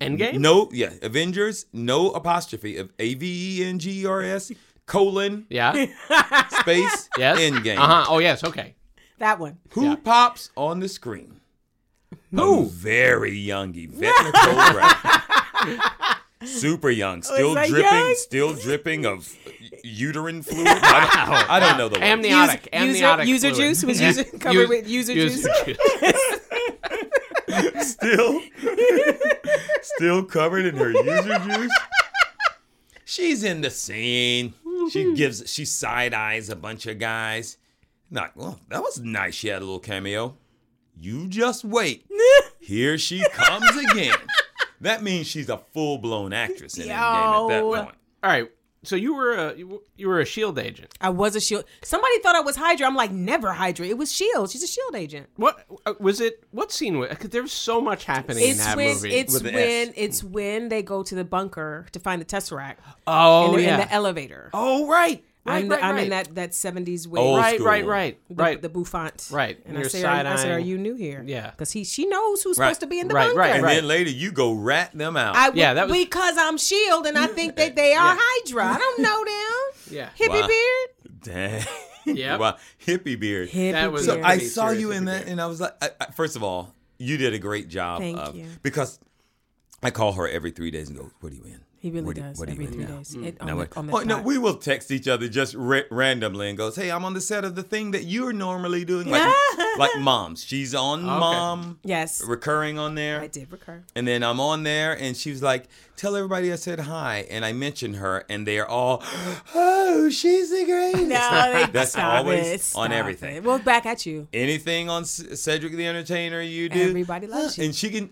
C: Endgame.
D: No, yeah, Avengers. No apostrophe of A V E N G E R S colon
C: Yeah.
D: space
C: Yes.
D: endgame.
C: Uh huh. Oh yes. Okay.
E: That one.
D: Who
C: Yeah.
D: pops on the screen? Who? very young Yvette Nicole Brown. Super young, still
E: that
D: dripping,
E: young?
D: still dripping of uterine fluid. I don't, I don't know the word.
C: Amniotic.
E: Use- user-
C: amniotic.
E: user
C: fluid.
E: juice? Was
C: Yeah.
E: user- covered
C: Use-
E: with user
C: juice.
D: still still covered in her user juice. She's in the scene. She gives she side eyes a bunch of guys. Like, well, that was nice. She had a little cameo. You just wait. Here she comes again. That means she's a full blown actress in Endgame at that
E: Yo.
D: point.
C: All right. So you were a you were- you were a shield E agent.
E: I was a shield. Somebody thought I was Hydra. I'm like never Hydra. It was Shield. E She's a Shield agent.
C: What uh, was it? What scene was? Because there's so much happening in
E: It's
C: that
E: when
C: movie.
E: it's
D: With an
E: when
D: S.
E: it's when they go to the bunker to find the Tesseract.
C: oh
E: and they're
C: yeah.
E: in the elevator.
C: oh right. Right.
E: I'm,
C: right,
E: I'm
C: right.
E: in that that 70s wave.
D: Old
C: Right.
D: school.
C: Right. Right.
E: the,
C: Right.
E: the bouffant.
C: Right.
E: And
C: Your
E: I say, are, I said,
C: side-eyeing.
E: are you new here?
C: Yeah.
E: Because he, she knows who's
D: Right.
E: supposed to be in the
C: Right,
E: bunker.
C: right,
D: And
C: right.
D: then later you go rat them out.
E: I would,
C: Yeah, that was-
E: because I'm Shield and I think that they are Hydra. I don't know them.
C: Yeah.
E: Hippie
D: Wow.
E: beard.
D: Dang.
C: Yep.
D: Wow. Hippie beard.
C: That was-
E: beard.
C: So
D: I
C: Pretty
D: saw
C: serious
D: you in
C: interview.
D: that, and I was like, I, I, first of all, you did a great job.
E: Thank
D: of,
E: you.
D: Because I call her every three days and go, "What do you win?
E: He really
D: What do you-
E: does
D: what do you
E: every
D: win
E: three
D: now?"
E: days. It,
D: Now
E: on
D: what-
E: the, on the
D: oh, no,
E: dot.
D: we will text each other just ra- randomly and goes, "Hey, I'm on the set of the thing that you're normally doing." Like, like moms, she's on mom,
E: yes,
D: recurring on there.
E: I did recur.
D: And then I'm on there, and she was like, "Tell everybody I said hi," and I mentioned her, and they are all, "Oh, she's the greatest."
E: No, they,
D: That's
E: stop
D: always
E: it,
D: on
E: stop
D: everything.
E: It. Well, back at you.
D: Anything on C- Cedric the Entertainer you do,
E: Everybody loves you.
D: And she can,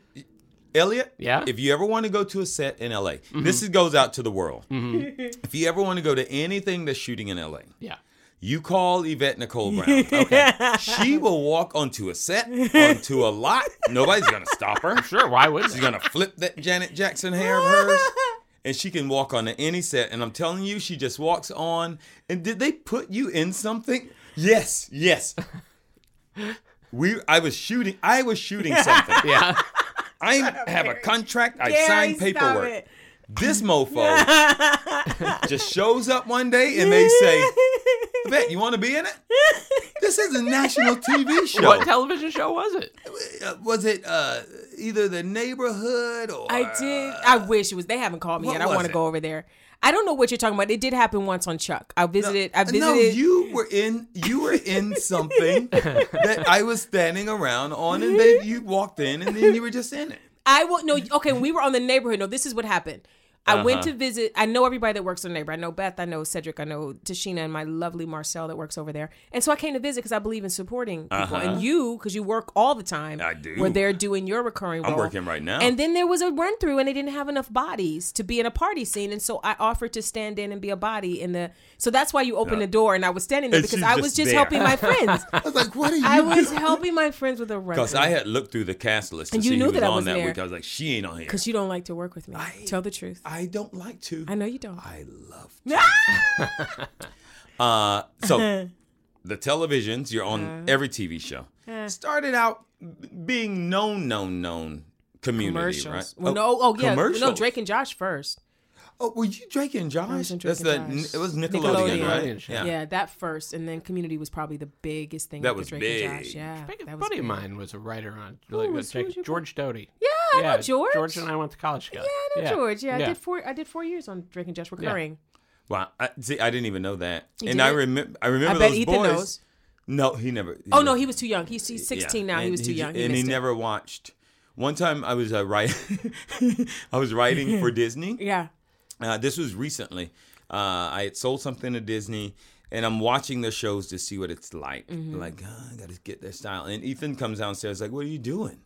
D: Elliot.
C: Yeah?
D: If you ever want to go to a set in LA, this is, goes out to the world. if you ever want to go to anything that's shooting in LA,
C: Yeah.
D: you call Yvette Nicole Brown. Okay. she will walk onto a set, onto a lot. Nobody's gonna stop her.
C: Sure. Why would
D: She's gonna flip that Janet Jackson hair of hers, and she can walk on any set. And I'm telling you, she just walks on. And did they put you in something? Yes, yes. We, I was shooting. I was shooting something.
C: Yeah.
D: I have a contract. I
E: Gary,
D: signed
E: stop
D: paperwork.
E: it.
D: This mofo just shows up one day and they say, "Yvette, you want to be in it? This is a national TV show.
C: What television show was it?
D: Uh, was it uh, either the neighborhood or
E: I did. I wish it was. They haven't called me
D: what
E: yet. I
D: was
E: want
D: it?
E: to go over there. I don't know what you're talking about. It did happen once on Chuck. I visited. I visited.
D: No, you were in you were in something that I was standing around on, and then you walked in, and then you were just in it.
E: I will no. Okay, when we were on the neighborhood. No, this is what happened. I went
D: Uh-huh.
E: to visit. I know everybody that works on the neighborhood. I know Beth. I know Cedric. I know Tashina and my lovely Marcel that works over there. And so I came to visit because I believe in supporting people. And you, because you work all the time.
D: Uh-huh. I do.
E: Were there doing your recurring.
D: I'm
E: role.
D: working right now.
E: And then there was a run through, and they didn't have enough bodies to be in a party scene. And so I offered to stand in and be a body in the. So that's why you opened the door, and I was standing there
D: And
E: because
D: she's
E: I
D: just
E: was just
D: there.
E: helping my friends.
D: I was like, "What are you?"
E: I was helping my friends with a run.
D: because I had looked through the cast list to
E: And you
D: see
E: knew
D: who was
E: that I
D: on
E: was
D: that
E: there.
D: week. I was like, "She ain't on here."
E: Because you don't like to work with me. Tell the truth.
D: I don't like to.
E: I know you don't.
D: I love. To. uh, so the televisions you're
E: Uh-huh.
D: on every TV show
E: Uh.
D: started out b- being known, known, known community,
E: commercials.
D: right?
E: Well, no, oh yeah, no
D: commercials.
E: Drake and Josh first.
D: Oh, were you Drake and Josh?
E: was in Drake
D: That's
E: and
D: the
E: Josh.
D: it was Nickelodeon,
E: Nickelodeon.
D: right?
E: Yeah. that first, and then Community was probably the biggest thing.
D: That
E: with
D: was
E: Drake and Josh.
D: big.
E: Yeah,
C: Big
E: that was
C: buddy of
E: big.
C: mine was a writer on really good
E: was- who
C: chick,
E: was your
C: George Doty.
E: Yeah, I know George.
C: George and I went to college together.
E: Yeah, I know George. Yeah, I did four. I did four years on Drake and Josh recurring.
D: Wow. I, see, I didn't even know that. and I
E: didn't?
D: remember. I remember
E: I bet
D: those
E: Ethan
D: boys.
E: knows.
D: No, he never.
E: Oh no, he was too young. He's, he's 16 now. he
D: and
E: was too young. He
D: and he
E: missed it.
D: never watched. One time, I was uh, writing. I was writing for Disney.
E: Yeah.
D: Uh, this was recently. Uh, I had sold something to Disney, and I'm watching their shows to see what it's like.
E: Mm-hmm.
D: Like, "Ah, I gotta get their style. And Ethan comes downstairs, like, "What are you doing?"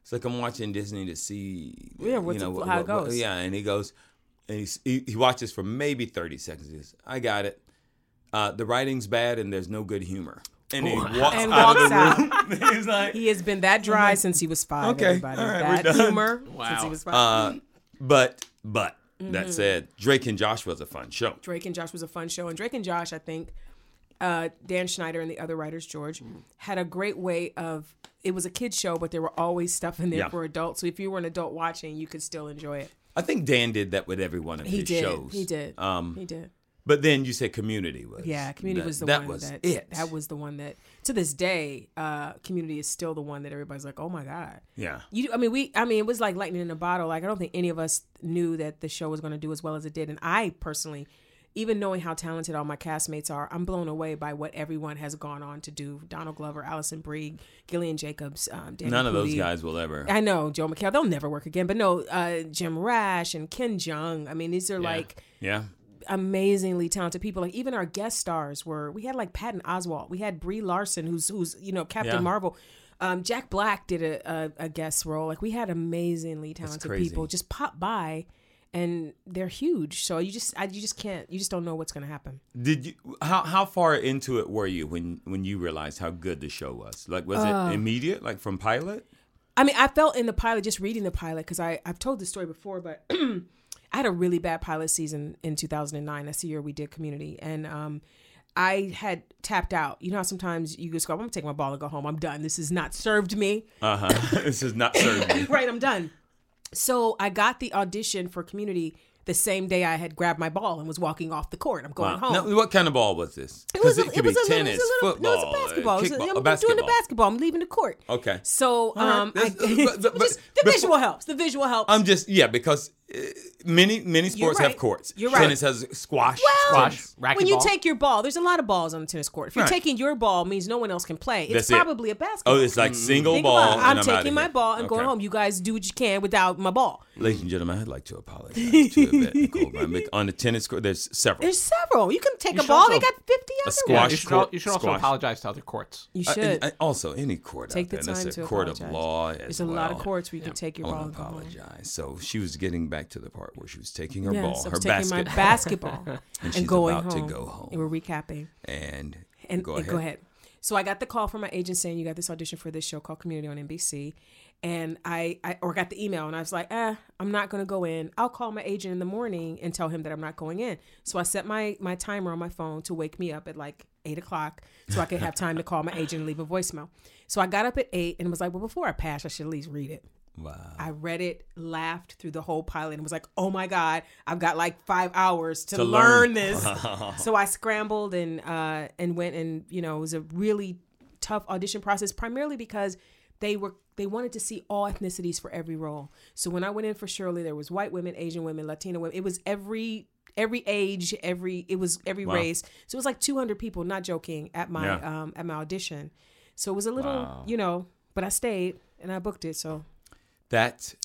D: It's like I'm watching Disney to see,
E: Yeah, what's it- how it goes.
D: yeah, and he goes, and he's, he he watches for maybe 30 seconds. He goes, "I got it. Uh, the writing's bad, and there's no good humor." And he walks
E: And
D: out
E: walks
D: of
E: out.
D: the room. he's like,
E: He has been that dry since he was five.
D: Okay,
E: Everybody.
D: all right, we're
E: that
D: done.
E: humor since
C: Wow.
E: he was five.
D: "But, but."
E: Mm-hmm.
D: That said, Drake and Josh was a fun show.
E: Drake and Josh was a fun show, and Drake and Josh, I think, uh, Dan Schneider and the other writers, George,
D: Mm-hmm.
E: had a great way of. It was a kids show, but there were always stuff in there
D: Yeah.
E: for adults. So if you were an adult watching, you could still enjoy it.
D: I think Dan did that with every one of
E: He
D: his
E: did.
D: shows.
E: He did.
D: Um,
E: he did.
D: But then you said community was.
E: Yeah, Community was the
D: that
E: one
D: was
E: that
D: it.
E: that was the one that to this day, uh, Community is still the one that everybody's like, oh my god.
D: Yeah.
E: You, I mean, we, I mean, it was like lightning in a bottle. Like, I don't think any of us knew that the show was going to do as well as it did. And I personally, even knowing how talented all my castmates are, I'm blown away by what everyone has gone on to do. Donald Glover, Allison Brie, Gillian Jacobs, um, Danny
D: None of those
E: Pudi.
D: guys will ever.
E: I know Joe McHale. They'll never work again. But no, uh, Jim Rash and Ken Jung. I mean, these are like
D: Yeah.
E: amazingly talented people. Like even our guest stars were we had like Patton Oswalt, we had Brie Larson, who's who's you know Captain
D: Yeah.
E: Marvel. Um, Jack Black did a, a, a guest role. Like we had amazingly talented
D: crazy.
E: people just pop by, and they're huge. So you just I, you just can't you just don't know what's gonna happen.
D: Did you? How how far into it were you when when you realized how good the show was? Like, was
E: Uh.
D: it immediate? Like from pilot?
E: I mean, I felt in the pilot just reading the pilot because I I've told this story before, but I had a really bad pilot season in 2009. That's the year we did Community, and um, I had tapped out. You know how sometimes you just go, I'm gonna take my ball and go home. I'm done. This has not served me.
D: Uh huh. this is not serving.
E: right, I'm done. So I got the audition for Community. the same day I had grabbed my ball and was walking off the court. I'm going home.
D: Now, what kind of ball was this?
E: It was,
D: Because
E: a,
D: it, could be
E: was a,
D: tennis,
E: it was a little,
D: football, uh,
E: No, it was a basketball. It was a-
D: kickball,
E: I'm
D: a basketball.
E: doing the basketball. I'm leaving the court.
D: Okay.
E: So
D: right.
E: um, I,
D: That's- but- but-
E: just, the
D: but-
E: visual helps. The visual helps.
D: I'm just yeah because uh, many many sports
E: right.
D: have courts.
E: You're right.
D: Tennis has squash.
E: Well,
C: Squash, racquetball.
E: when you take your ball, there's a lot of balls on the tennis court. If you're
D: Right.
E: taking your ball, means no one else can play. It's
D: That's it.
E: probably a basketball.
D: oh, it's like single
E: Mm-hmm. Think
D: ball.
E: about it.
D: and
E: I'm,
D: outta
E: taking my
D: here.
E: ball. I'm going
D: Okay.
E: home. You guys do what you can without my ball.
D: Ladies and gentlemen, I'd like to apologize to Yvette Nicole Remick. On the tennis court, there's several.
E: There's several. You can take a
C: should
E: ball. they
C: also-
E: got 50 of them.
D: squad.
C: Yeah,
D: Squash
C: you should,
D: court-
C: al- you should also
D: squash.
C: apologize to other courts.
E: You
D: Uh,
E: should.
D: and- and also, any court
E: Take
D: out
E: the
D: there, that's
E: time
D: a
E: to
D: court
E: apologize.
D: of law. as
E: There's a lot of
D: well.
E: courts where you can take your
D: I
E: ball
D: want
E: and
D: to
E: go home.
D: apologize. So she was getting back to the part where she was taking her
E: Yes,
D: ball,
E: I
D: her
E: was taking
D: basket,
E: my basketball and,
D: she's
E: going
D: about to
E: home.
D: go home.
E: And we're recapping.
D: and,
E: And
D: go
E: and
D: ahead.
E: go ahead. So I got the call from my agent saying you got this audition for this show called Community on NBC, and I, I or got the email and I was like, eh, I'm not gonna go in. I'll call my agent in the morning and tell him that I'm not going in. So I set my my timer on my phone to wake me up at like eight o'clock so I could have time to call my agent and leave a voicemail. So I got up at eight and was like, well, before I pass, I should at least read it.
D: Wow.
E: I read it, laughed through the whole pilot, and was like, "Oh my god, I've got like five hours to, learn.
D: learn. Uh-huh.
E: this." so I scrambled and uh, and went, and you know, it was a really tough audition process, primarily because they were they wanted to see all ethnicities for every role. So when I went in for Shirley, there was white women, Asian women, Latina women. It was every every age, every it was every race. So it was like 200 people, not joking, at my
D: Yeah.
E: um, at my audition. So it was a little, you know, but I stayed and I booked it. So.
D: That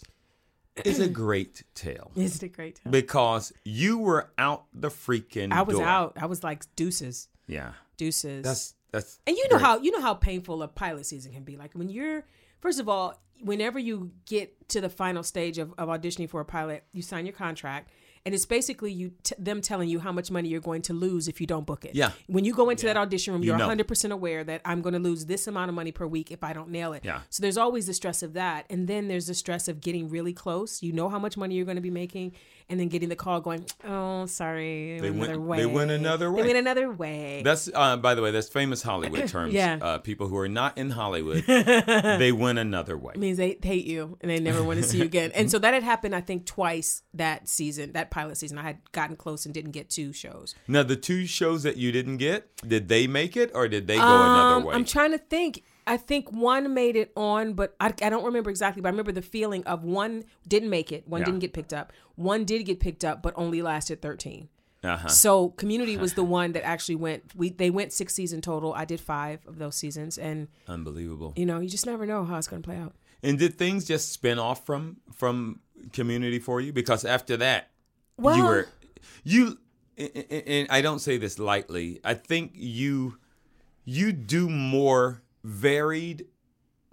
D: is a great tale
E: Isn't it great? Time?
D: because you were out the freaking
E: I was
D: door.
E: out. I was like deuces,
D: Yeah.
E: deuces.
D: That's that's
E: and you know
D: great.
E: how you know how painful a pilot season can be. Like when you're first of all, whenever you get to the final stage of, of auditioning for a pilot, you sign your contract. And it's basically you t- them telling you how much money you're going to lose if you don't book it.
D: Yeah.
E: When you go into that audition room, you're
D: know.
E: 100% aware that I'm going to lose this amount of money per week if I don't nail it.
D: Yeah.
E: So there's always the stress of that, and then there's the stress of getting really close. You know how much money you're going to be making, and then getting the call going, "Oh, sorry,
D: They went-
E: another way.
D: they went another way.
E: They went another way."
D: That's uh, by the way, that's famous Hollywood terms.
E: Yeah.
D: Uh, people who are not in Hollywood, they went another way.
E: means they hate you and they never want to see you again. And so that had happened, I think, twice that season, that pilot season. I had gotten close and didn't get two shows.
D: Now, the two shows that you didn't get, did they make it or did they go
E: Um,
D: another way?
E: I'm trying to think. I think one made it on, but I, I don't remember exactly. But I remember the feeling of one didn't make it, one didn't get picked up, one did get picked up, but only lasted 13.
D: Uh-huh.
E: So Community was the one that actually went. We they went six season total. I did five of those seasons, and
D: Unbelievable.
E: you know you just never know how it's going to play out.
D: And did things just spin off from from community for you? Because after that,
E: Well-
D: you were you and- and and I don't say this lightly. I think you you do more varied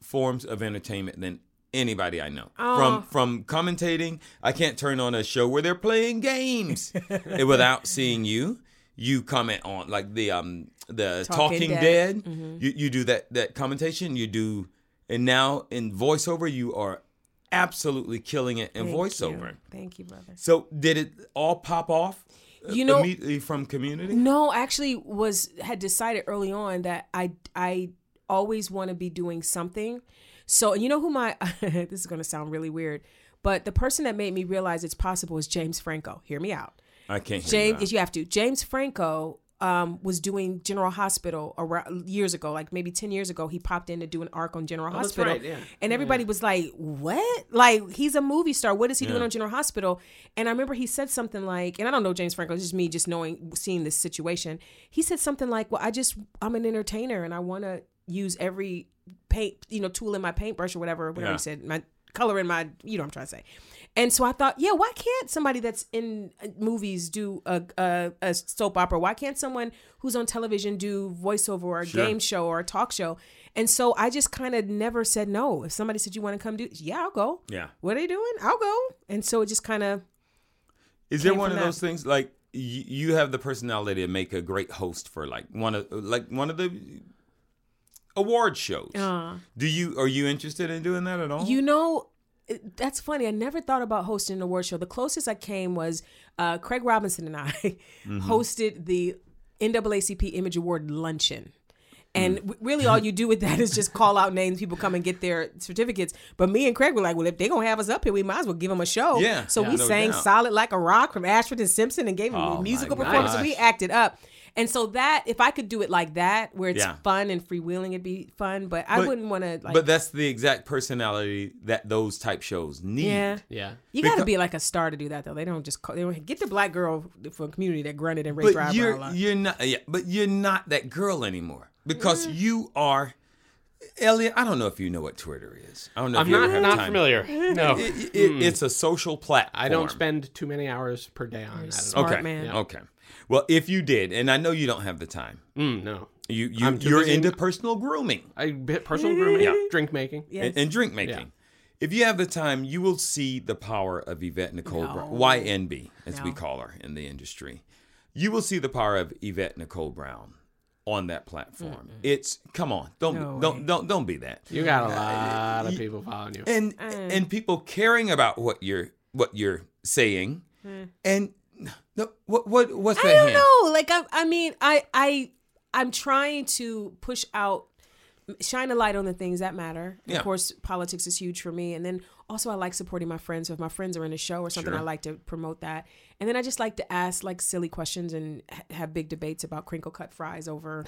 D: forms of entertainment than anybody I know.
E: Oh.
D: From from commentating, I can't turn on a show where they're playing games without seeing you. You comment on like the um the
E: Talking
D: Talking,
E: Dead. Mm-hmm.
D: Dead. You you do that that commentation. You do, and now in voiceover you are absolutely killing it in
E: Thank
D: voiceover.
E: you. Thank you, brother.
D: So did it all pop off? uh,
E: You know-
D: immediately from community.
E: No, I actually was had decided early on that I I always want to be doing something. So and you know who my this is going to sound really weird, but the person that made me realize it's possible is James Franco. Hear me out.
D: I can't hear you.
E: James, you have to. James Franco um, was doing General Hospital around years ago, like maybe ten years ago. He popped in to do an arc on General
C: Oh, that's
E: Hospital,
C: right, yeah.
E: and everybody was like, "What? Like he's a movie star. What is he doing on General Hospital?" And I remember he said something like, and I don't know James Franco. It's just me, just knowing, seeing this situation. He said something like, "Well, I just I'm an entertainer, and I want to use every paint, you know, tool in my paintbrush or whatever, whatever
D: Yeah.
E: he said, my color in my, you know, what I'm trying to say. And so I thought, yeah, why can't somebody that's in uh, movies do a, a, a soap opera? Why can't someone who's on television do voiceover or a game show or a talk show? And so I just kind of never said no. If somebody said you want to come do, yeah, I'll go.
D: Yeah.
E: What are they doing? I'll go. And so it just kind of
D: Is there
E: came
D: one
E: from
D: of
E: that.
D: those things like you, you have the personality to make a great host for like one of like one of the award shows? Do you are you interested in doing that at all?
E: Uh. You know, it- that's funny. I never thought about hosting an award show. The closest I came was uh, Craig
D: Mm-hmm.
E: Robinson and I hosted the NAACP Image Award luncheon. And
D: Mm.
E: w- really, all you do with that is just call out names. People come and get their certificates. But me and Craig were like, well, if they're going to have us up here, we might as well give them a show.
D: Yeah,
E: So
D: yeah,
E: we
D: no
E: sang
D: doubt.
E: Solid Like a Rock from Ashford and Simpson and gave them
D: Oh,
E: a musical
D: my
E: performance. So we
D: gosh.
E: acted up. And so that, if I could do it like that, where it's
D: Yeah.
E: fun and freewheeling, it'd be fun. But I
D: But-
E: wouldn't want to, like,
D: but that's the exact personality that those type shows need.
E: yeah.
C: Yeah.
E: You got to be like a star to do that, though. They don't just call, they don't get the black girl for a community that grunted and raped
D: But
E: her eyebrow a
D: you're
E: lot.
D: you're not yeah, but you're not that girl anymore because
E: Mm.
D: you are Elliot. I don't know if you know what Twitter is. I don't know.
C: I'm
D: if you ever
C: not
D: have
C: not
D: time.
C: familiar. Hmm. No.
D: It, it- It's a social platform.
C: I don't spend too many hours per day on that.
E: smart
D: Okay.
E: man.
D: Okay. Well, if you did, and I know you don't have the time,
C: Mm, no.
D: you you
C: I'm too
D: you're
C: busy.
D: into personal grooming.
C: I bit personal grooming,
D: Yeah.
C: drink making.
E: Yes.
D: and, and drink making. If you have the time, you will see the power of Yvette Nicole Brown, YNB, as we call her in the industry. You will see the power of Yvette Nicole Brown on that platform. It's come on, don't
E: No
D: don't don't don't be that.
C: You got a lot of people following you.
D: And
E: Mm.
D: and people caring about what you're what you're saying, and no, what what what's
E: Mm. I
D: that?
E: don't
D: hand?
E: know. Like I, I mean, I, I, I'm trying to push out, shine a light on the things that matter.
D: Yeah.
E: Of course, politics is huge for me, and then also I like supporting my friends. So if my friends are in a show or something, I like to promote that. And then I just like to ask like silly questions and ha- have big debates about crinkle cut fries over,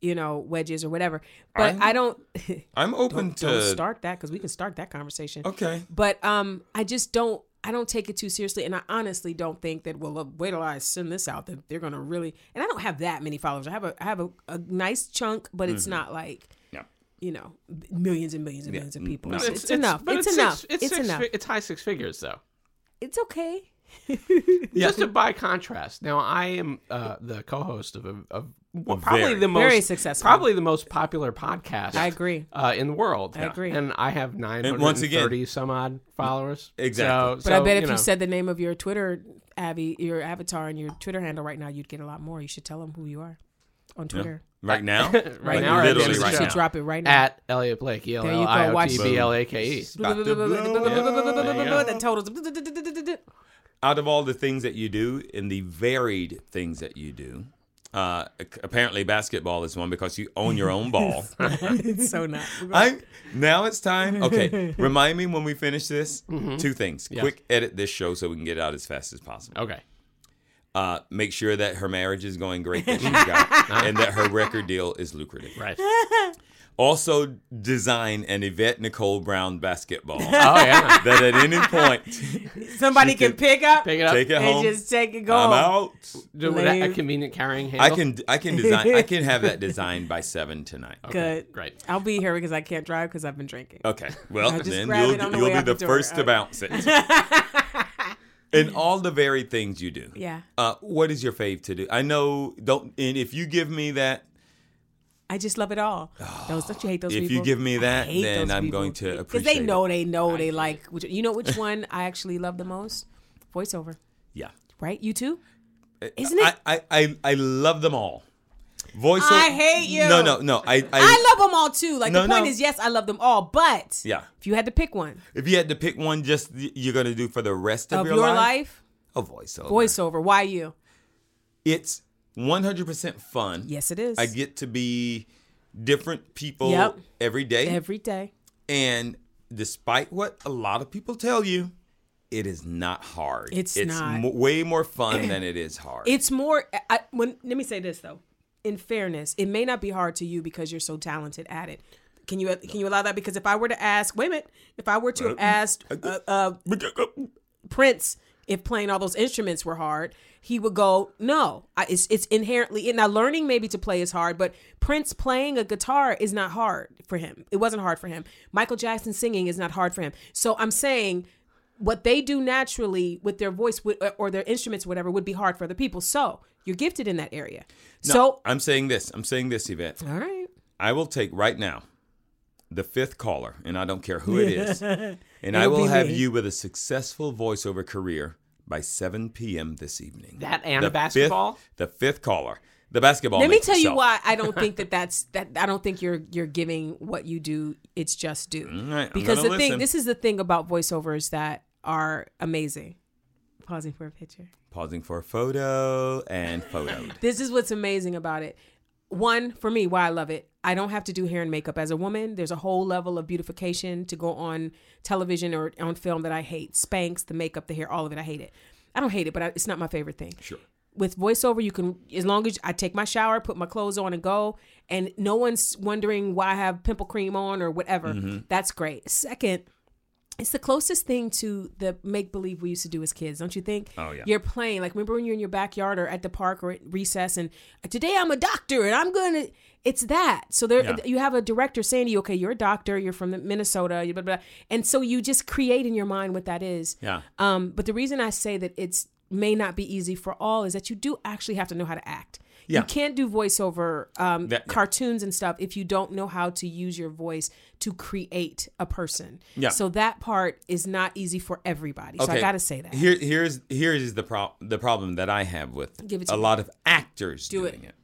E: you know, wedges or whatever. But
D: I'm-
E: I don't
D: I'm open to
E: don't start that because we can start that conversation
D: okay.
E: but um i just don't i don't take it too seriously and i honestly don't think that well look, wait till i send this out that they're gonna really and i don't have that many followers i have a i have a, a nice chunk but it's not like
D: Yeah.
E: you know b- millions and millions and millions of people it's, it's enough
C: but
E: it's,
C: six-
E: enough
C: it's
E: it's,
C: six
E: enough
C: fi- it's high six figures though.
E: it's okay
C: Just to by contrast, now I am uh, the co-host of a of well, probably
D: very-
C: the most
E: Very successful.
C: probably the most popular podcast.
E: I agree.
C: uh, in the world. I
E: agree.
C: and I have nine
D: And
C: hundred
D: once
C: and
D: again-
C: thirty some odd followers.
D: Exactly.
C: So,
E: but
C: so,
E: i bet if
C: know.
E: you said the name of your twitter avi your avatar and your twitter handle right now you'd get a lot more you should tell them who you are on twitter
D: Right now, right
C: now, right
D: literally
C: now.
E: you
D: right
E: should
D: now.
E: drop it right now
C: at Elliot Blake, E L
E: There you
C: L
E: go,
C: I O
E: watch-
C: T B L A K E.
D: About to blow.
E: the totals
D: out of all the things that you do and the varied things that you do, uh, ac- apparently basketball is one because you own your own ball.
E: it's so not
D: I now it's time. Okay, remind me when we finish this. Two things. Quick edit this show so we can get it out as fast as possible.
C: Okay.
D: Uh, make sure that her marriage is going great that she's got, and that her record deal is lucrative.
C: Right.
D: Also, design an Yvette Nicole Brown basketball that
C: Oh yeah.
D: at any point
E: somebody can pick up
C: Pick it up.
D: take it
E: and
D: home.
E: just Oh. take it go
D: I'm
E: home.
D: out.
C: Do it at a
E: Leave.
C: convenient carrying handle.
D: I can I can design I can have that designed by seven tonight. Okay.
E: Good.
C: Great.
E: I'll be here because I can't drive because I've been drinking.
D: Well,
E: just
D: then
E: grab
D: you'll,
E: it on the
D: you'll
E: way
D: be
E: out
D: the,
E: the door.
D: first to
E: Okay.
D: bounce it. In all the varied things you do.
E: Yeah.
D: Uh, what is your fave to do? I know don't and if you give me that
E: I just love it all. Those don't you hate those
D: if
E: people?
D: you give me that
E: hate
D: then
E: those
D: I'm
E: people.
D: going to
E: because
D: appreciate
E: they know
D: it.
E: they know they like. Which, you know which one I actually love the most? Voiceover,
D: Yeah.
E: right? You too. Isn't
D: I,
E: it?
D: I, I, I love them all. Voice
E: I hate you.
D: No, no, no. I I,
E: I love them all too. Like
D: No,
E: the point
D: no.
E: is, yes, I love them all, but
D: Yeah.
E: if you had to pick one
D: If you had to pick one just y- you're going to do for the rest of,
E: of your, life,
D: a voiceover.
E: voiceover. Why you?
D: It's 100% fun.
E: Yes, it is.
D: I get to be different people
E: Yep.
D: every day.
E: every day.
D: and despite what a lot of people tell you, it is not hard.
E: It's not.
D: mo- way more fun than it is hard.
E: it's more I- I, when let me say this though in fairness it may not be hard to you because you're so talented at it can you can you allow that because if i were to ask wait a minute if i were to ask uh, uh, prince if playing all those instruments were hard he would go no I, it's, it's inherently now learning maybe to play is hard but prince playing a guitar is not hard for him it wasn't hard for him michael jackson singing is not hard for him so i'm saying what they do naturally with their voice would, or their instruments, whatever, would be hard for other people. So you're gifted in that area. so
D: I'm saying this. I'm saying this, Yvette.
E: all right,
D: I will take right now the fifth caller, and I don't care who it is, and I
E: It'll
D: will
E: be
D: have
E: me.
D: you with a successful voiceover career by 7 p.m. this evening.
C: That and
D: The
C: basketball?
D: Fifth, the fifth caller. The basketball.
E: let me
D: makes
E: tell you
D: itself.
E: why I don't think that that's that. I don't think you're you're giving what you do its just due.
D: right, I'm
E: because the
D: gonna listen.
E: thing, this is the thing about voiceovers that are amazing. Pausing for a picture.
D: Pausing for a photo and photo.
E: This is what's amazing about it. one for me why I love it. I don't have to do hair and makeup as a woman. There's a whole level of beautification to go on television or on film that I hate. Spanx, the makeup, the hair, all of it. I hate it. I don't hate it, but I, it's not my favorite thing. Sure. With voiceover, you can as long as I take my shower, put my clothes on, and go, and no one's wondering why I have pimple cream on or whatever. That's great. Second, it's the closest thing to the make believe we used to do as kids, don't you think? Oh yeah. You're playing like remember when you're in your backyard or at the park or at recess, and today I'm a doctor and I'm gonna. It's that. So there, you have a director saying to you, "Okay, you're a doctor. You're from the Minnesota." you Blah, blah, blah. And so you just create in your mind what that is.
D: Yeah.
E: Um, but the reason I say that it's may not be easy for all is that you do actually have to know how to act.
D: Yeah.
E: You can't do voiceover um,
D: That-
E: cartoons and stuff if you don't know how to use your voice to create a person.
D: Yeah.
E: So that part is not easy for everybody. So I
D: Okay.
E: got to say that.
D: Here, here's here is the pro- the problem that I have with
E: Give it to
D: a
E: me.
D: lot of actors
E: Do it.
D: doing it.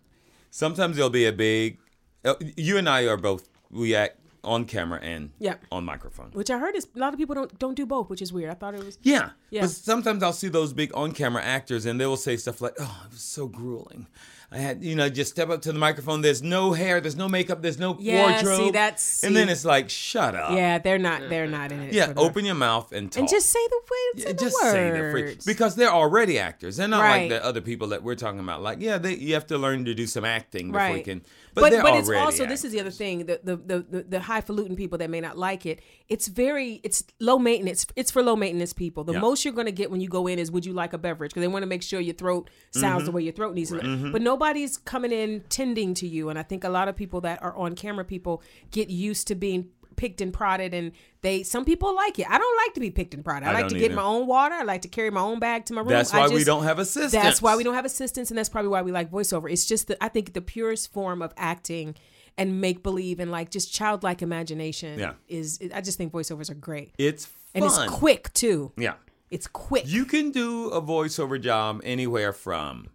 D: Sometimes there'll be a big. uh, You and I are both we act on camera and
E: Yeah.
D: on microphone.
E: Which I heard is a lot of people don't don't do both, which is weird. I thought it was
D: Yeah.
E: Yeah.
D: But sometimes I'll see those big on camera actors and they will say stuff like, oh, it was so grueling. I had, you know, just step up to the microphone. There's no hair, there's no makeup, there's no
E: Yeah, see,
D: wardrobe.
E: that's-
D: And then
E: see.
D: it's like, shut up.
E: yeah, they're not they're not in it.
D: Yeah,
E: for the-
D: open your mouth and talk.
E: and just say the way
D: Yeah,
E: say
D: just
E: the
D: say the free
E: words.
D: because they're already actors. They're not
E: Right.
D: like the other people that we're talking about. Like, yeah, they, you have to learn to do some acting before you
E: right.
D: can. But,
E: But
D: they're
E: but, it's
D: already
E: also this is the other thing the the, the the the highfalutin people that may not like it. It's very it's low maintenance. It's for low maintenance people. The most you're going to get when you go in is would you like a beverage because they want to make sure your throat sounds
D: Mm-hmm.
E: the way your throat needs to. But nobody's coming in tending to you, and I think a lot of people that are on camera people get used to being picked and prodded and they some people like it i don't like to be picked and prodded i,
D: I
E: like
D: don't
E: to get
D: either.
E: my own water i like to carry my own bag to my room
D: That's
E: I
D: why we
E: just-
D: don't have assistants.
E: that's why we don't have assistants, and that's probably why we like voiceover. It's just that I think the purest form of acting and make believe and like just childlike imagination
D: Yeah.
E: is. I just think voiceovers are great,
D: It's fun.
E: and it's quick too.
D: Yeah.
E: It's quick.
D: You can do a voiceover job anywhere from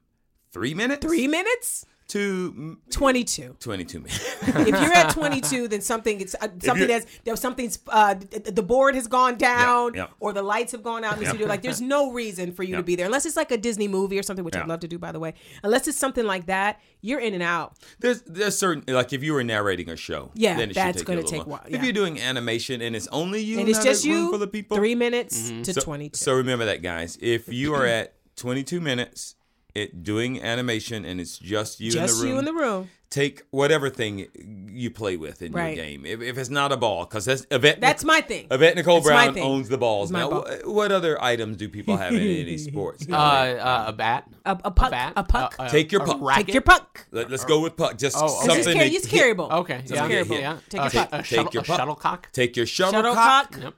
D: three minutes
E: Three minutes,
D: to mm,
E: twenty-two.
D: 22 minutes.
E: if you're at twenty-two, then something it's uh, something
D: you're-
E: that's there was something's uh, th- th- the board has gone down
D: yeah.
E: or the lights have gone out in the studio. Like there's no reason for you to be there unless it's like a Disney movie or something, which
D: Yeah.
E: I'd love to do by the way. Unless it's something like that, you're in and out.
D: There's there's certain like if you were narrating a show,
E: Yeah,
D: then it should
E: that's
D: take you
E: gonna
D: a little
E: take a
D: while.
E: while, yeah.
D: If you're doing animation and it's only you,
E: and
D: not
E: it's just
D: a room
E: you
D: full of people,
E: three minutes
C: Mm-hmm.
E: to 22
D: So remember that, guys. If you are at 22 minutes it doing animation and it's just you
E: just
D: in the room,
E: you in the room
D: take whatever thing you play with in
E: Right.
D: your game. If, if it's not a ball, because that's Yvette.
E: That's my thing.
D: Yvette Nicole
E: That's my
D: Brown
E: thing.
D: owns the balls.
E: It's my
D: Now,
E: ball.
D: wh- what other items do people have in any sports?
C: Uh, uh, a bat.
E: a, a puck
C: bat. Uh,
E: a puck
D: Take your puck.
E: take your puck
D: Let, us go with puck. Just
C: Oh, okay.
E: It's just
D: something.
E: carry-
D: to
E: it's
D: hit.
E: carryable
C: Okay.
E: it's
C: Yeah.
E: carryable
C: yeah.
E: take
C: Uh,
E: your puck
C: A,
D: Take
C: shuttle,
D: your
C: a
D: puck.
C: shuttlecock.
D: Take your shuttlecock,
E: shuttlecock
C: Yep.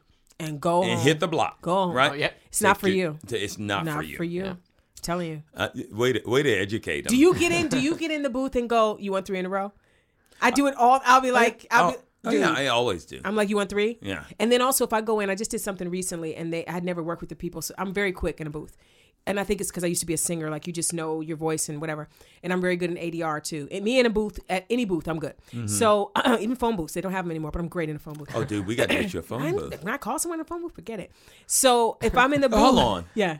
E: and go
D: and
E: home.
D: hit the block.
E: Go on.
D: Right?
E: Oh,
C: yeah.
E: it's not
D: Take
E: for
D: your-
E: you
D: t- It's not,
E: not
D: for you.
E: I'm telling you
D: Uh, way, to, way to educate them.
E: do you get in do you get in the booth and go you want three in a row I do it all I'll be like I'll be,
D: oh,
E: dude,
D: yeah, I always do.
E: I'm like, you want three?
D: Yeah.
E: And then also, if I go in, I just did something recently, and they I had never worked with the people, so I'm very quick in a booth. And I think it's because I used to be a singer, like you just know your voice and whatever. And I'm very good in ADR too. And me in a booth at any booth, I'm good. So even phone booths, they don't have them anymore, but I'm great in a phone booth.
D: Mm-hmm. oh, dude, we got to get you a phone
E: I'm-
D: booth.
E: when I call someone in a phone booth, forget it. So if I'm in the booth,
D: Hold on.
E: yeah.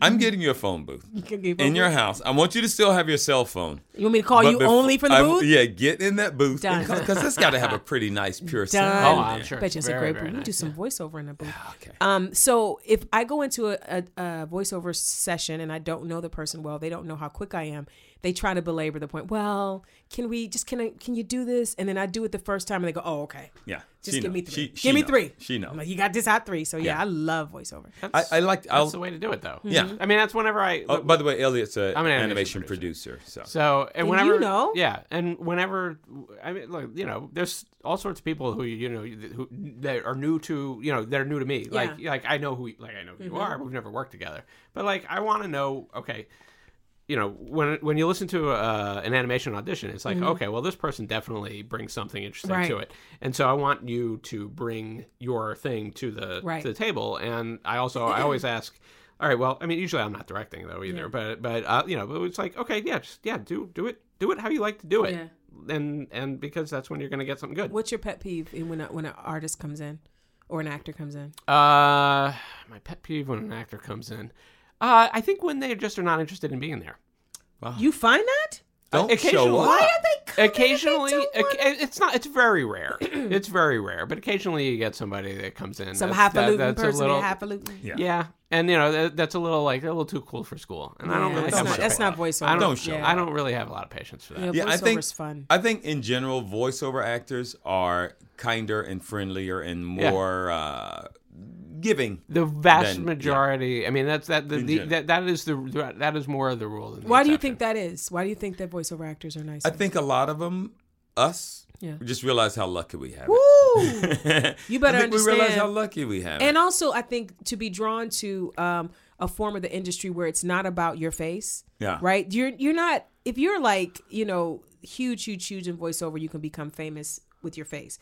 D: I'm getting you a phone booth
E: can get a phone
D: in your
E: booth.
D: house. I want you to still have your cell phone.
E: You want me to call you
D: But bef-
E: only for the
D: I-
E: booth?
D: yeah, get in that booth
E: Done.
D: because that's got to have a pretty nice pure
E: Done.
D: sound.
C: Oh, I'm sure.
E: Bet
C: it's
E: you it's a
C: very,
E: great booth.
C: very
E: we do
C: nice, Ah,
E: some voiceover in a booth.
D: okay.
E: Um, so if I go into a, a, a voiceover session and I don't know the person well, they don't know how quick I am. They try to belabor the point. Well, can we just can I can you do this? And then I do it the first time and they go, oh okay.
D: Yeah,
E: Just
D: she
E: give
D: know.
E: me three.
D: She-
E: give
D: she
E: me
D: know.
E: three.
D: She know.
E: I'm like, you got this out three. So yeah,
D: Yeah.
E: I love voiceover.
D: I, I like. I'll,
C: That's the way to do it, though.
D: Yeah.
C: I mean, that's whenever I.
D: oh, by the way, Elliot's an
C: I'm an
D: animation,
C: animation
D: producer. so.
C: So and
E: you
C: whenever
E: know.
C: yeah, and whenever I mean, like you know, there's all sorts of people who you know who that are new to you know they're new to me. Like
E: Yeah. Mm-hmm.
C: like I know who like I know who you are. We've never worked together, but like I want to know. Okay, you know when when you listen to uh, an animation audition, it's like okay, well this person definitely brings something interesting
E: Mm-hmm. Right.
C: to it, and so I want you to bring your thing to the
E: Right.
C: to the table. And I also I always ask. All right. Well, I mean, usually I'm not directing though either, but but uh, you know, but it's like okay, yeah, just yeah, do do it, do it how you like to do it, and and because that's when you're gonna get something good.
E: What's your pet peeve in when a, when an artist comes in or an actor comes in?
C: Uh, my pet peeve when an actor comes in, uh, I think when they just are not interested in being there.
E: You find that?
D: Don't
C: occasionally-
D: show up.
C: Why
E: they coming if they
C: Occasionally,
E: don't
C: oc-
E: wanna-
C: it's not. It's very rare. it's very rare, but occasionally you get somebody that comes in.
E: Some
C: that's- that-
E: highfalutin
C: that's a
E: person,
C: little-
E: in highfalutin.
C: yeah. and you know that, that's a little like a little too cool for school, and I don't
E: Yeah,
C: really
E: that's
C: have
E: not-
C: much.
E: that's not
C: patience.
E: voiceover.
C: I don't,
D: Don't show
C: I don't really have a lot of patience for that.
E: Yeah,
D: Yeah, I think
E: voiceover's fun.
D: I think in general, voiceover actors are kinder and friendlier and
C: Yeah.
D: more uh, giving.
C: The vast
D: Then, yeah.
C: majority. I mean, that's that. The, the,
D: general.
C: that that is the that is more of the rule. Than the
E: Why do you
C: exception.
E: think that is? Why do you think that voiceover actors are nice?
D: I think a lot of them, us,
E: Yeah.
D: just realize how lucky we have. it.
E: Woo! You better
D: I think we realize
E: understand.
D: how lucky we have. it.
E: and also, I think to be drawn to um, a form of the industry where it's not about your face.
D: Yeah.
E: Right. You're you're not if you're like you know huge huge huge in voiceover, you can become famous with your face.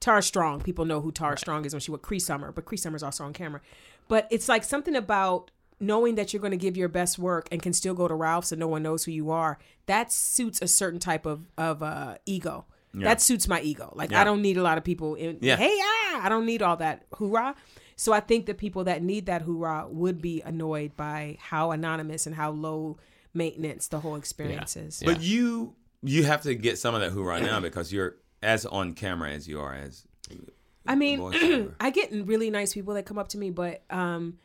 E: Tara Strong, people know who Tara Strong is when she was Cree Summer, but Cree Summer's also on camera. But it's like something about knowing that you're going to give your best work and can still go to Ralph's and no one knows who you are. That suits a certain type of of uh, ego. That suits my ego. Like I don't need a lot of people. In,
D: Yeah.
E: Hey, ah, I don't need all that hoorah. So I think the people that need that hoorah would be annoyed by how anonymous and how low maintenance the whole experience is.
D: But you you have to get some of that hoorah now because you're as on camera as you are as
E: I mean,
D: voiceover.
E: I get really nice people that come up to me, but um,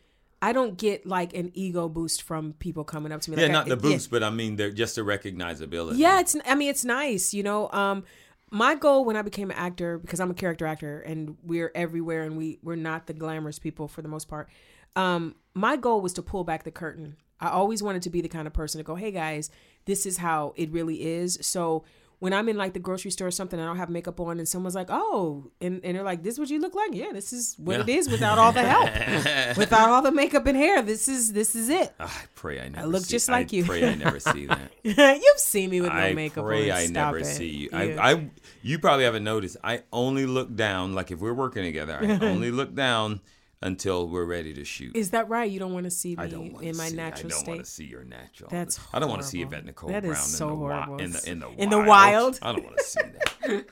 E: I don't get like an ego boost from people coming up to me.
D: yeah,
E: like,
D: not the
E: I, yeah.
D: boost, but I mean they're just the recognizability.
E: Yeah, it's. I mean, it's nice, you know. Um, my goal when I became an actor, because I'm a character actor, and we're everywhere, and we we're not the glamorous people for the most part. Um, my goal was to pull back the curtain. I always wanted to be the kind of person to go, "Hey guys, this is how it really is." So when I'm in like the grocery store or something, and I don't have makeup on, and someone's like, "Oh," and, and they're like, "This is what you look like?" Yeah, this is what it is without all the help, without all the makeup and hair. This is this is it.
D: I pray I never.
E: look
D: see-
E: just like you.
D: I pray I never see that.
E: You've seen me with no
D: I
E: makeup
D: pray
E: on.
D: I
E: Stop
D: never
E: it.
D: see you.
E: Yeah.
D: I, I, you probably haven't noticed. I only look down. Like if we're working together, I only look down until we're ready to shoot.
E: Is that right? You don't want to see me
D: I don't want
E: in
D: to
E: my
D: see,
E: natural
D: I don't want
E: state.
D: to see your natural.
E: That's
D: I don't want to see
E: horrible.
D: Yvette Nicole
E: That is
D: Brown
E: so
D: in, the wi-
E: horrible.
D: in the in the
E: In the wild.
D: I don't want to see that.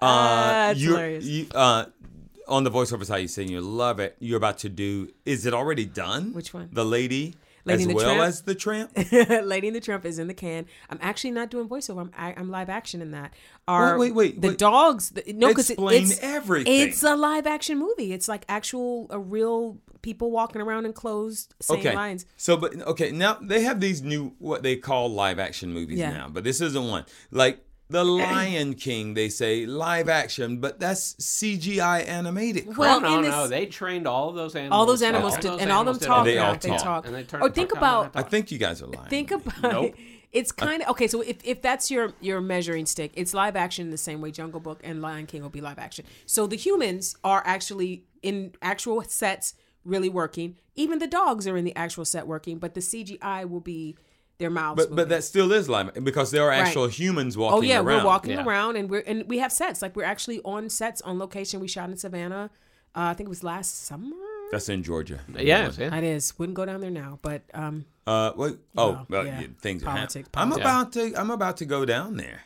D: uh,
E: That's
D: you're-
E: hilarious.
D: You, uh, on the voiceover side, you're saying you love it. You're about to do. Is it already done?
E: Which one?
D: The lady.
E: Lady
D: as
E: and the
D: well
E: Tramp?
D: as the tramp.
E: Lady and the Trump is in the can. I'm actually not doing voiceover. I'm I, I'm live action in that. Are
D: Wait, wait, wait,
E: The
D: wait.
E: dogs. The, no, because it,
D: Explain
E: it's
D: everything.
E: It's a live action movie. It's like actual, a real people walking around in clothes, same
D: okay.
E: lines.
D: So, but okay, now they have these new what they call live action movies
E: Yeah.
D: now, but this isn't one. Like The Lion King, they say live action, but that's CGI animated. crap.
E: Well,
C: no,
E: in
C: no,
E: this-
C: they trained all of those animals.
E: All those animals
C: all
E: did,
C: those
E: and all them
C: animals did
E: talk.
D: They
E: now.
D: all
E: They
D: talk.
E: talk.
C: And they turned
E: or
C: the
E: think
C: fuck out
E: about
C: and
D: I think you guys are lying.
E: think
D: to me.
E: about
D: Nope.
E: it's kind of okay so if, if that's your your measuring stick it's live action the same way jungle book and lion king will be live action so the humans are actually in actual sets really working even the dogs are in the actual set working but the cgi will be their mouths
D: But but
E: moving.
D: that still is live because there are actual humans walking
E: oh yeah
D: around.
E: we're walking
C: Yeah.
E: around and we're and we have sets like we're actually on sets on location we shot in savannah uh, i think it was last summer
D: That's in Georgia.
C: Yes, yeah.
E: that is wouldn't go down there now but um
D: Uh, wait, oh,
E: Well,
D: well,
E: yeah.
D: yeah, things are
E: Politic,
D: happening. I'm about to I'm about to go down there,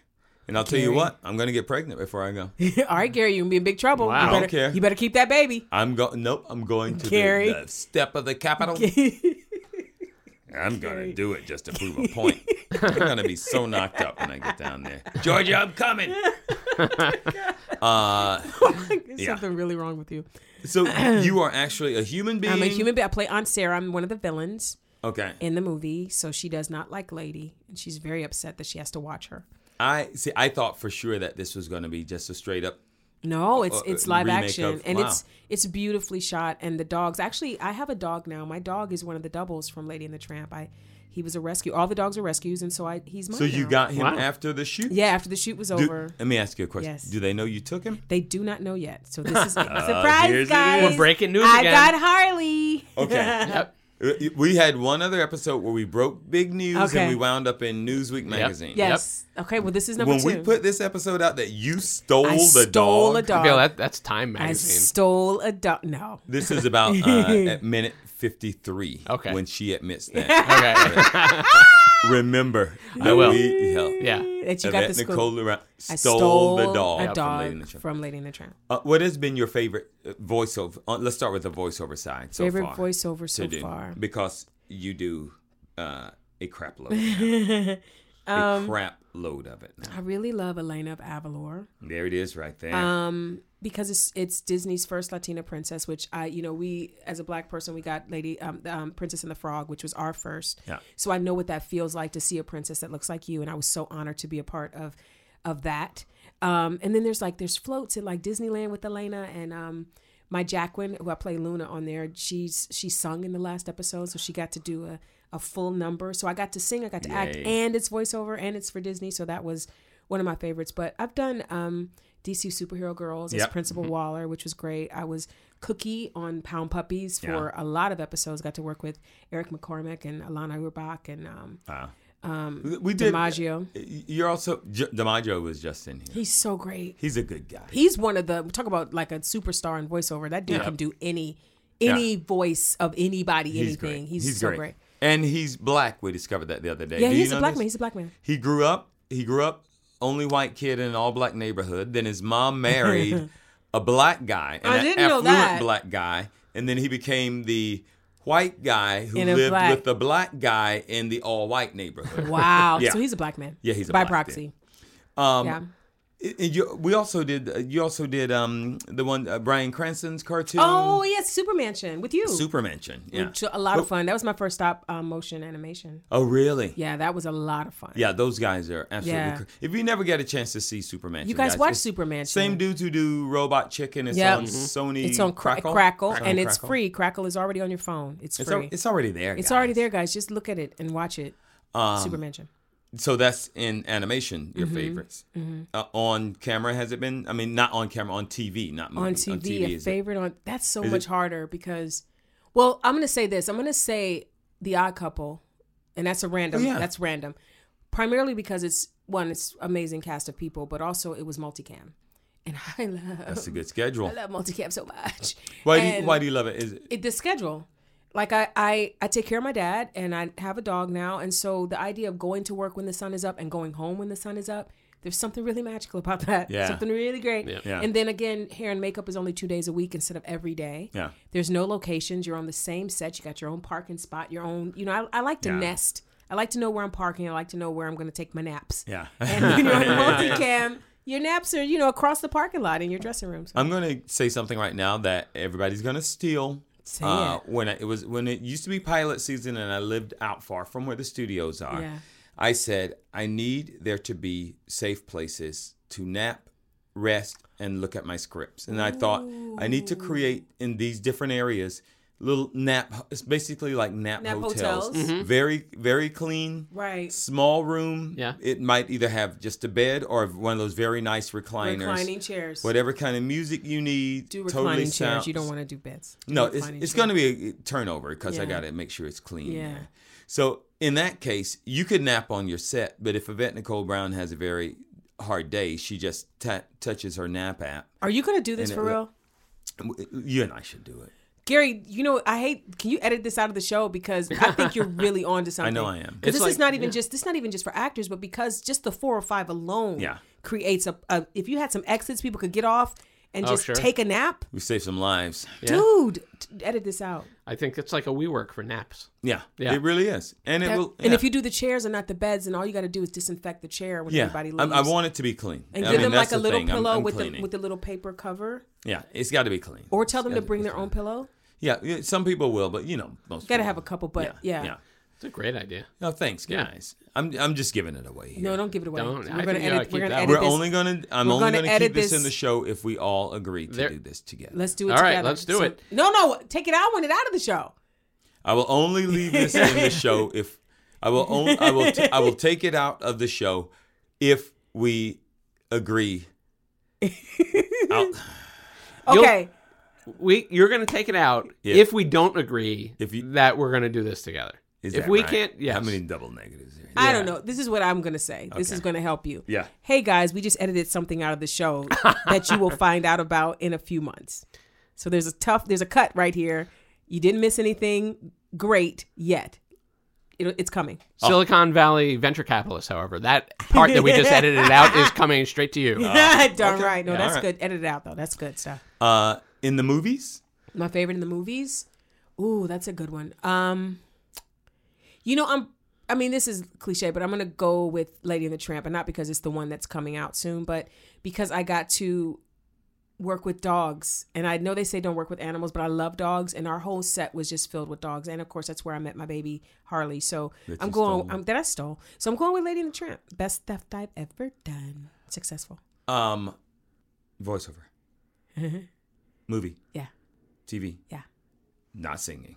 D: and I'll tell you what, I'm gonna get pregnant before I go.
E: all right gary you're gonna be in big trouble
C: Wow.
E: you
C: Don't
E: better
D: care.
E: you better keep that baby
D: I'm going. Nope. I'm going to the-
E: Gary.
D: the, step of the capital. I'm gonna do it just to prove a point. I'm gonna be so knocked up when I get down there. Georgia, I'm coming. uh,
E: There's something really wrong with you.
D: so you are actually a human being.
E: I'm a human being. I play Aunt Sarah. I'm one of the villains
D: Okay.
E: in the movie, so she does not like Lady, and she's very upset that she has to watch her.
D: I see. I thought for sure that this was gonna be just a straight up.
E: No, it's
D: uh,
E: it's live
D: remake
E: action,
D: of-
E: and
D: wow.
E: it's it's beautifully shot. And the dogs. Actually, I have a dog now. My dog is one of the doubles from Lady and the Tramp. I he was a rescue. All the dogs are rescues, and so I he's mine.
D: So you
E: now.
D: got him
C: Wow.
D: after the shoot.
E: yeah. After the shoot was
D: Do-
E: over,
D: let me ask you a question.
E: Yes.
D: Do they know you took him?
E: they do not know yet. So this is it. surprise,
D: Oh, here's it is.
E: guys.
C: We're breaking news
E: I
C: again.
E: got Harley.
D: Okay.
C: Yep.
D: Uh, We had one other episode where we broke big news
E: Okay.
D: and we wound up in Newsweek magazine.
E: Yes. Okay. Well, this is number
D: when
E: two.
D: we put this episode out that you stole
E: I
D: the
E: stole
D: dog.
E: a dog.
C: Bill, that, that's Time
E: I
C: magazine.
E: stole a dog. No.
D: This is about uh, at minute 53
C: Okay.
D: when she admits that.
C: okay.
D: Remember, I
C: will.
D: yeah.
C: yeah.
E: That you got
D: Yvette
E: the scoop.
D: Nicole Laurent
E: I
D: stole, the dog,
E: a
D: from Lady and the
E: dog
D: Tramp.
E: from Lady and the Tramp.
D: Uh, what has been your favorite uh, voiceover? Uh, let's start with the voiceover side so
E: Favorite
D: far.
E: voiceover
D: to
E: so
D: do,
E: far.
D: Because you do uh, a crap load.
E: Um,
D: a crap load of it.
E: I really love Elena of Avalor.
D: There it is, right there.
E: um, because it's it's Disney's first Latina princess, which I you know we as a black person we got Lady um, the, um, Princess and the Frog, which was our first.
D: Yeah.
E: So I know what that feels like to see a princess that looks like you, and I was so honored to be a part of of that. Um, and then there's like there's floats at like Disneyland with Elena and um, my Jacqueline, who I play Luna on there. She's she sung in the last episode, so she got to do a a full number. So I got to sing, I got to act,
D: Yay.
E: and it's voiceover, and it's for Disney. So that was one of my favorites. But I've done um, DC Superhero Girls as
D: Yep. Mm-hmm.
E: Principal Waller, which was great. I was Cookie on Pound Puppies for a lot of episodes. Got to work with Eric McCormick and Alana Urbach and um,
D: we did.
E: DiMaggio.
D: You're also J- DiMaggio was just in here.
E: He's so great.
D: He's a good guy.
E: He's one of the talk about like a superstar in voiceover. That dude can do any any voice of anybody,
D: He's
E: anything.
D: great.
E: He's, so great.
D: And he's black. We discovered that the other day.
E: Yeah,
D: Do you
E: he's a
D: know
E: black
D: this?
E: man. He's a black man.
D: He grew up. He grew up only white kid in an all black neighborhood. Then his mom married a black guy, an
E: I didn't know
D: affluent
E: that.
D: black guy, and then he became the white guy who
E: In a
D: lived
E: black-
D: with the black guy in the all white neighborhood.
E: Wow.
D: Yeah.
E: So he's a black man.
D: Yeah, he's a
E: by
D: black
E: proxy.
D: Um,
E: yeah.
D: and- and you, we also did. uh, You also did um, the one uh, Brian Cranston's cartoon.
E: Oh yes, Super Mansion with you.
D: Super Mansion. Yeah.
E: Which- a lot of fun. That was my first stop um, motion animation.
D: Oh, really?
E: Yeah, that was a lot of fun.
D: Yeah, those guys are absolutely.
E: Yeah.
D: cr- If you never get a chance to see Superman,
E: You guys watch Superman,
D: Superman. Same
E: yeah.
D: dudes who do Robot Chicken. It's
E: Yep.
D: on
E: Mhm.
D: Sony.
E: It's on Cra- Crackle,
D: Crackle,
E: and it's
D: Crackle.
E: free. Crackle is already on your phone. It's
D: It's,
E: free.
D: al- it's already there.
E: It's
D: guys. Um,
E: already there, guys. Just look at it and watch it. Super Mansion.
D: So that's in animation.
E: Mm-hmm.
D: Your favorites Uh, on camera has it been? I mean, not on camera, on TV, not movie.
E: on TV, a
D: is it?
E: favorite on that's so much harder because well, I'm gonna say this. I'm gonna say the odd couple, and that's a random
D: Oh, yeah.
E: that's random. Primarily because it's one, it's amazing cast of people, but also it was multicam. And I love
D: That's a good schedule.
E: I love multicam so much.
D: Why do you,
E: And-
D: Why do you love it? Is it
E: it, the schedule. Like I, I, I take care of my dad and I have a dog now. And so the idea of going to work when the sun is up and going home when the sun is up, there's something really magical about that.
D: Yeah.
E: Something really great.
D: Yeah.
E: And then again, hair and makeup is only two days a week instead of every day.
D: Yeah.
E: There's no locations. You're on the same set. You got your own parking spot, your own, you know, I, I like to nest. I like to know where I'm parking. I like to know where I'm going to take my naps.
D: yeah?
E: And when you're on multicam, your naps are, you know, across the parking lot in your dressing room. So
D: I'm gonna say something right now that everybody's gonna steal. Uh,
E: Say it.
D: When I, it was when it used to be pilot season, and I lived out far from where the studios are.
E: Yeah.
D: I said I need there to be safe places to nap, rest, and look at my scripts. And I thought I need to create in these different areas little nap. It's basically like nap,
E: Nap
D: hotels.
E: hotels.
D: Very very clean.
E: Right.
D: Small room.
C: Yeah.
D: It might either have just a bed or one of those very nice recliners
E: reclining chairs.
D: whatever kind of music you need.
E: do
D: totally
E: reclining chairs.
D: sound-
E: You don't want to do beds.
D: No, it's
E: reclining
D: it's
E: chairs.
D: going to be a turnover because I
E: Yeah.
D: got to make sure it's clean.
E: Yeah.
D: So in that case, you could nap on your set, but if Yvette Nicole Brown has a very hard day, she just t- touches her nap app.
E: Are you going to do this
D: And
E: for
D: it-
E: real?
D: You and I should do it.
E: Gary, you know, I hate. Can you edit this out of the show because I think you're really on to something.
D: know I am.
E: 'Cause
D: It's
E: This is
D: like-
E: not even just this is not even just for actors, but because just the four or five alone
D: Yeah.
E: creates a, a. If you had some exits, people could get off and
D: Oh,
E: just
C: sure.
E: take a nap.
D: We save some lives.
C: Yeah.
E: Dude, t- edit this out.
C: I think it's like a we work for naps.
D: Yeah,
C: Yeah.
D: it really is, and it
E: That-
D: will.
E: And
D: yeah.
E: if you do the chairs and not the beds, and all you got to do is disinfect the chair when
D: yeah,
E: everybody
D: I,
E: leaves.
D: I want it to be clean.
E: and
D: I
E: give
D: mean,
E: them
D: that's
E: like
D: the
E: a little
D: thing. I'm-
E: pillow
D: I'm
E: with the
D: cleaning.
E: with the little paper cover,
D: yeah, it's got to be clean.
E: or tell them to
D: gotta
E: bring
D: be
E: their own pillow.
D: yeah, yeah, some people will, but you know, most
E: Got to
D: people
E: have a couple, but yeah.
D: yeah.
C: It's a great idea.
D: No, thanks,
C: Yeah.
D: guys. I'm I'm just giving it away. Here.
E: No, don't give it away.
C: Don't.
E: We're
C: I think
E: gonna
C: you gotta
E: edit. We're
C: keep
E: gonna
C: that
E: edit
C: one.
D: We're
E: this.
D: only gonna. I'm
E: we're
D: only
E: gonna
D: gonna,
E: edit
D: keep this,
E: this-
D: in the show if we all agree to
C: There-
D: do this together.
E: Let's do it.
C: All right,
E: together.
C: let's do it.
E: No, no, take it out. Want it out of the show.
D: I will only leave this in the show if I will. On, I will. T- I will take it out of the show if we agree. I'll-
C: You'll-
E: Okay.
C: We you're gonna take it out
D: If-
C: if we don't agree
D: If you-
C: that we're gonna do this together.
D: is
C: if
D: that
C: we
D: right?
C: can't, yes.
D: How many double negatives? Here?
E: I don't know. This is what I'm gonna say. This
D: Okay.
E: is gonna help you.
D: Yeah.
E: Hey guys, we just edited something out of the show that you will find out about in a few months. So there's a tough. There's a cut right here. You didn't miss anything great yet. It, it's coming.
C: Silicon Valley venture capitalists, however, that part that we just edited out is coming straight to you.
E: Darn right. No,
D: Yeah,
E: that's
D: all right.
E: good. Edit it out though. That's good stuff.
D: Uh, in the movies,
E: My favorite in the movies. Ooh, that's a good one. Um, you know, I'm I mean, this is cliche, but I'm gonna go with Lady and the Tramp, and not because it's the one that's coming out soon, but because I got to work with dogs, and I know they say don't work with animals, but I love dogs, and our whole set was just filled with dogs, and of course that's where I met my baby Harley. So I'm
D: you stole.
E: going I'm, that I stole. So I'm going with Lady and the Tramp. Best theft I've ever done. Successful.
D: Um, voiceover, movie,
E: Yeah.
D: TV,
E: Yeah.
D: not singing.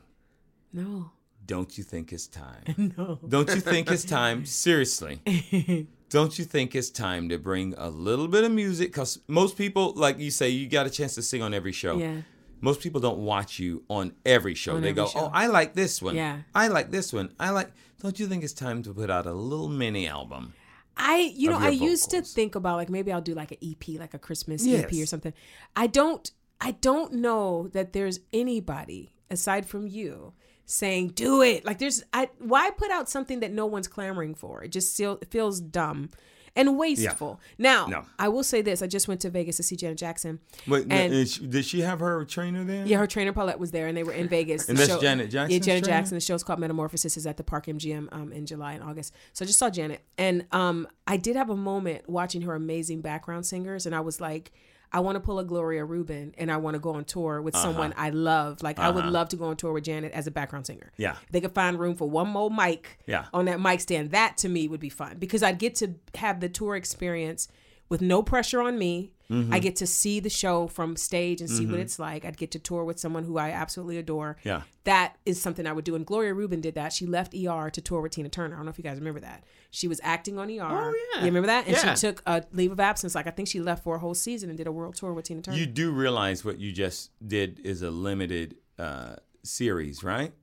E: No.
D: Don't you think it's time?
E: No.
D: Don't you think it's time? Seriously. Don't you think it's time to bring a little bit of music? Because most people, like you say, you got a chance to sing on every show.
E: Yeah.
D: Most people don't watch you on every show.
E: On
D: they
E: every
D: go,
E: show.
D: oh, I like this one.
E: Yeah.
D: I like this one. I like. Don't you think it's time to put out a little mini album?
E: I you know
D: of
E: I
D: your
E: used to
D: vocals.
E: think about like maybe I'll do like an EP like a Christmas EP or
D: Yes.
E: something. I don't I don't know that there's anybody aside from you saying do it. Like there's I why put out something that no one's clamoring for? It just feel, it feels dumb and wasteful. Now,
D: No.
E: I will say this, I just went to Vegas to see Janet Jackson.
D: Wait, n-
E: And-
D: is she- did she have her trainer there?
E: Yeah, her trainer Paulette was there, and they were in Vegas.
D: And
E: The
D: that's Janet
E: Yeah,
D: Jackson's
E: Janet
D: trainer?
E: Jackson. The show's called Metamorphosis. is at the Park MGM um, in July and August. So I just saw Janet, and um, I did have a moment watching her amazing background singers, and I was like. I want to pull a Gloria Rubin and I want to go on tour
D: Uh-huh.
E: with someone I love. Like, I would love to go on tour with Janet as a background singer.
D: Yeah.
E: If they could find room for one more mic
D: Yeah.
E: on that mic stand. That to me would be fun because I'd get to have the tour experience with no pressure on me. I get to see the show from stage and see what it's like. I'd get to tour with someone who I absolutely adore.
D: Yeah.
E: That is something I would do. And Gloria Rubin did that. She left ER to tour with Tina Turner. I don't know if you guys remember that. She was acting on ER. Oh,
C: yeah.
E: You remember that? And
C: Yeah.
E: she took a leave of absence. Like, I think she left for a whole season and did a world tour with Tina Turner.
D: You do realize what you just did is a limited uh, series, right?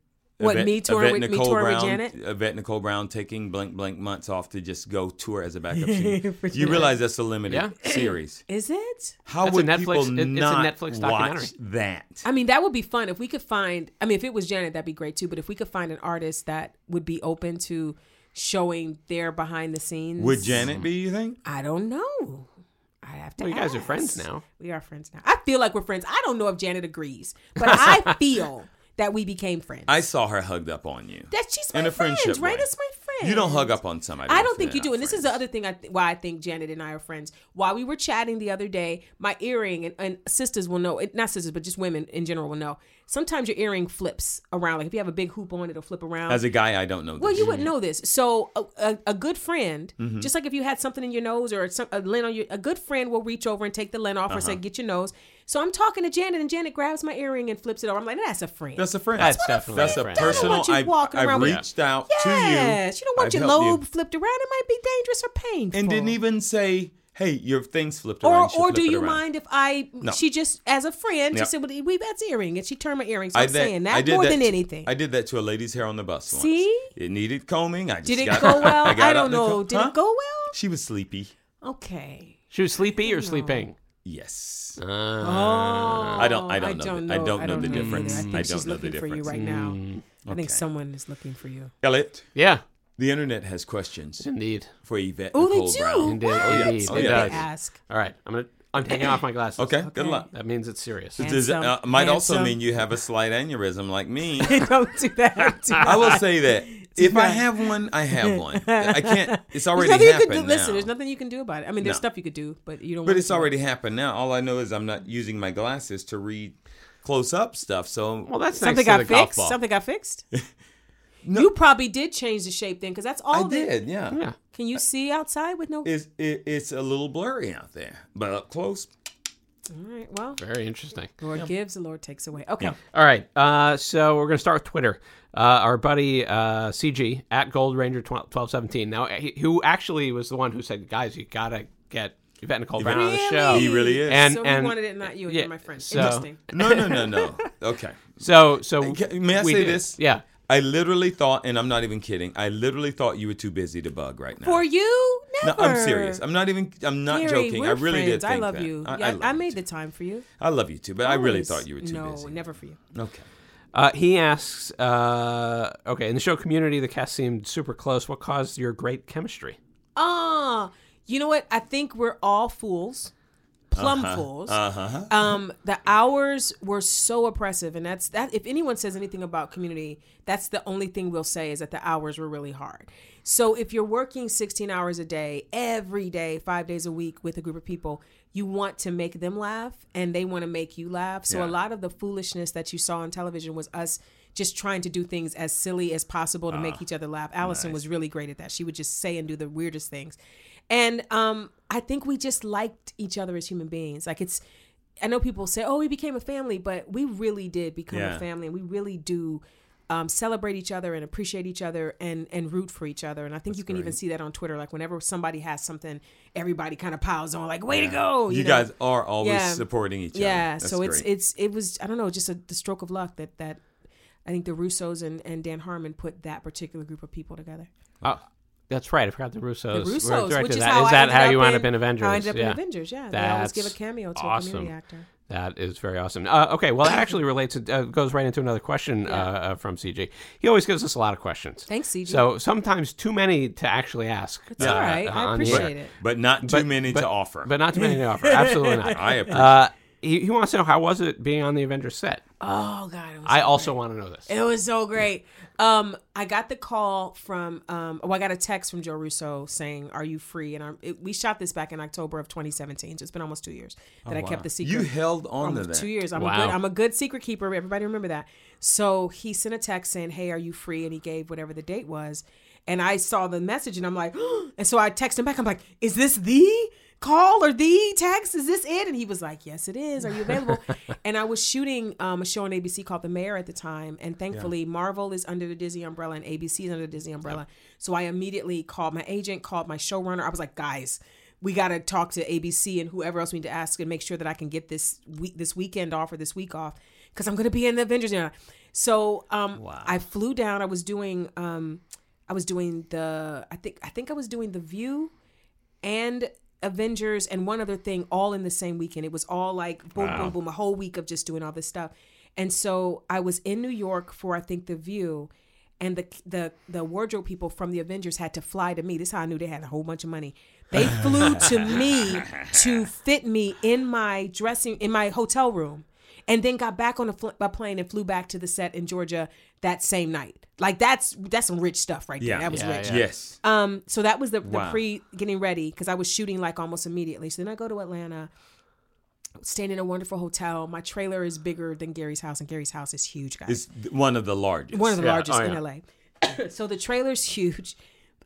E: What, me touring with- me touring
D: Brown,
E: with Janet?
D: Yvette Nicole Brown taking blank blank months off to just go tour as a backup singer. you realize that's a limited
C: Yeah.
D: series.
E: is it?
D: How
C: That's a
D: would
C: Netflix-
D: people
C: it- it's a
D: not
C: Netflix documentary.
D: watch that?
E: I mean, that would be fun if we could find. I mean, if it was Janet, that'd be great too. But if we could find an artist that would be open to showing their behind the scenes,
D: Would Janet be? You think?
E: I don't know. I have to.
C: Well, you guys are friends
E: ask.
C: now.
E: We are friends now. I feel like we're friends. I don't know if Janet agrees, but I feel that we became friends.
D: I saw her hugged up on you.
E: that she's my
D: in a
E: friend,
D: friendship
E: right?
D: way.
E: That's my friend.
D: You don't hug up on somebody.
E: I
D: if
E: don't think
D: they're
E: you do.
D: not
E: And this is the
D: friends.
E: other thing I th- why I think Janet and I are friends. While we were chatting the other day, my earring and, and sisters will know, it- not sisters, but just women in general will know. Sometimes your earring flips around. Like if you have a big hoop on, it'll flip around.
D: As a guy, I don't know.
E: well,
D: this.
E: you wouldn't know this. So a, a, a good friend,
D: Mm-hmm.
E: just like if you had something in your nose or some, a lint on your, a good friend will reach over and take the lint off or say,
D: Uh-huh.
E: "Get your nose." So I'm talking to Janet, and Janet grabs my earring and flips it over. I'm like, "That's a friend."
D: That's a friend.
C: That's That's definitely
D: that's
C: a
D: a
C: friend.
E: I
D: personal.
E: don't want you
D: I've,
E: walking
D: I've
E: around with-
D: reached out to you.
E: yes, you don't want
D: I've
E: your
D: helped you.
E: lobe flipped around. It might be dangerous or painful.
D: and didn't even say, "Hey, your thing's flipped around."
E: or
D: you should
E: or
D: flip
E: do
D: it
E: you
D: around."
E: mind if I? She just as a friend,
D: Yeah.
E: she said, "Well, we that's earring," and she turned my earring. So I
D: I
E: am
D: did-
E: saying
D: I
E: that
D: did
E: more
D: that
E: than
D: to-
E: anything.
D: I did that to a lady's hair on the bus. Once.
E: See?
D: it needed combing. I just
E: did it
D: got-
E: go well?
D: I,
E: I,
D: got out
E: don't
D: in the
E: know.
D: co-
E: Did
D: Huh?
E: it go well?
D: She was sleepy.
E: Okay.
C: She was sleepy or sleeping?
D: Yes.
E: Uh-huh. Oh,
D: I don't. I don't know. the- I don't know the
E: either.
D: difference.
E: I think
D: I
E: she's
D: don't know the
E: looking for you
D: difference.
E: right now. I think someone is looking for you.
D: Elliot,
C: Yeah,
D: the internet has questions
C: indeed.
D: for Yvette
E: Oh,
D: Nicole
E: they do.
D: Brown.
C: Indeed,
E: Wow.
C: indeed.
E: So
D: It
E: they
D: does.
E: ask.
C: All right, I'm gonna. I'm taking off my glasses.
D: Okay, Good
E: Okay.
D: luck.
C: That means it's serious.
E: Yeah.
D: Does it, uh,
E: Handsome,
D: might also
E: handsome.
D: mean you have a slight aneurysm like me.
E: don't do that. Do
D: I
E: not.
D: will say that if I
E: bad.
D: have one, I have one. I can't. It's
E: There's
D: already
E: nothing you
D: happened
E: can do.
D: now.
E: Listen, there's nothing you can do about it. I mean, there's
D: No.
E: stuff you could do, but you don't.
D: But
E: wanna
D: it's
E: do it.
D: already happened now. All I know is I'm not using my glasses to read close up stuff. So
C: Well, that's next
E: Something
C: to
E: got
C: the golf
E: fixed.
C: ball.
E: Something got fixed. You probably did change the shape then, because that's all.
D: I
E: that-
D: did, yeah.
C: Yeah.
E: Can you see outside with no?
D: It's Uh, it, it's a little blurry out there, but up close,
E: All right. Well,
C: Very interesting.
E: Lord gives, the Lord takes away. Okay.
C: All right. Uh, so we're going to start with Twitter. Uh, our buddy uh, CG at Gold Ranger twelve seventeen. Now, he, who actually was the one who said, "Guys, you gotta get Yvette Nicole Brown on the show."
E: Really?
D: he really is.
C: And-
E: so he wanted it, not you.
C: yeah,
E: you're my friend.
C: so-
E: Interesting.
D: no, no, no, no. Okay.
C: So, so
D: Ca- May I
C: we
D: say
C: do.
D: this?
C: Yeah.
D: I literally thought, and I'm not even kidding. I literally thought you were too busy to bug right now.
E: For you,
D: no,
E: never.
D: I'm serious. I'm not even. I'm not
E: Gary,
D: joking.
E: We're
D: I really
E: friends.
D: did. Think
E: I love
D: that.
E: you.
D: I,
E: yeah,
D: I,
E: I,
D: love you
E: made
D: too.
E: the time for you.
D: I love you too, but I really
E: Always.
D: thought you were too
E: no,
D: busy.
E: never for you.
D: Okay.
C: Uh, he asks, uh, okay, in the show community, the cast seemed super close. What caused your great chemistry?
E: Ah, you know what? I think we're all fools.
D: Uh-huh.
E: plumfuls. Um, the hours were so oppressive, and that's that. If anyone says anything about community, that's the only thing we'll say is that the hours were really hard. So if you're working 16 hours a day, every day, five days a week with a group of people, you want to make them laugh, and they want to make you laugh. So a lot of the foolishness that you saw on television was us just trying to do things as silly as possible to make each other laugh. Allison was really great at that. She would just say and do the weirdest things. And um, I think we just liked each other as human beings. Like it's, I know people say, "Oh, we became a family," but we really did become
D: Yeah.
E: a family, and we really do um, celebrate each other and appreciate each other and and root for each other. And I think you can even see that on Twitter. Like whenever somebody has something, everybody kind of piles on, like, "Way to go!"
D: You,
E: Oh, know?
D: guys are always
E: Yeah.
D: supporting each other.
E: yeah.
D: That's
E: so it's
D: great.
E: it's it was I don't know, just a the stroke of luck that that. I think the Russos and, and Dan Harmon put that particular group of people together.
C: Oh, that's right. I forgot the Russos.
E: The
C: were
E: Russos,
C: directed
E: which is
C: that.
E: how
C: Is
E: I
C: that
E: ended
C: how you
E: up
C: wound
E: in-
C: up in Avengers?
E: How I ended up
C: Yeah.
E: in Avengers. Yeah, they
C: That's
E: always give a cameo to a
C: awesome.
E: community actor.
C: That is very awesome. Uh, okay, well, that actually relates. To, uh, goes right into another question uh, uh, from CJ. He always gives us a lot of questions.
E: Thanks, CJ.
C: So sometimes too many to actually ask. uh,
E: It's all right. I
C: on the
E: appreciate
C: air.
E: it.
D: but not too many to offer.
C: but not too many to offer. Absolutely not.
D: I appreciate.
C: Uh, he, he wants to know how was it being on the Avengers set.
E: Oh God, it was
C: I also want to know this.
E: It was so great. Um, I got the call from, um, well, I got a text from Joe Russo saying, "Are you free?" And I'm, it, we shot this back in October of 2017, so it's been almost two years that I kept the secret.
D: you held on to
E: Almost
D: that.
E: two years. I'm
C: Wow.
E: a good. I'm a good secret keeper. Everybody remember that. So he sent a text saying, "Hey, are you free?" And he gave whatever the date was. And I saw the message, and I'm like, and so I text him back. I'm like, "Is this the call or the text? Is this it?" And he was like, "Yes, it is. Are you available?" and I was shooting um, a show on ABC called The Mayor at the time, and thankfully Marvel is under the Disney umbrella and ABC is under the Disney umbrella. So I immediately called my agent, called my showrunner. I was like, "Guys." we got to talk to ABC and whoever else we need to ask and make sure that I can get this week, this weekend off or this week off because I'm going to be in the Avengers. Era. So um, I flew down. I was doing, um, I was doing the, I think, I think I was doing the View and Avengers and one other thing all in the same weekend. It was all like boom, boom, boom, a whole week of just doing all this stuff. And so I was in New York for I think the View, and the the the wardrobe people from the Avengers had to fly to me. This is how I knew they had a whole bunch of money. They flew to me to fit me in my dressing in my hotel room, and then got back on a, fl- a plane and flew back to the set in Georgia that same night. Like that's that's some rich stuff right there.
D: Yeah.
E: that was
C: Yeah,
E: rich.
C: yeah.
D: Yes.
E: Um, so that was the, the
D: Wow.
E: pre getting ready because I was shooting like almost immediately. So then I go to Atlanta, staying in a wonderful hotel. My trailer is bigger than Gary's house, and Gary's house is huge, guys.
D: it's th- one of the largest.
E: One of the
C: Yeah,
E: largest
C: oh, yeah.
E: in LA. so the trailer's huge.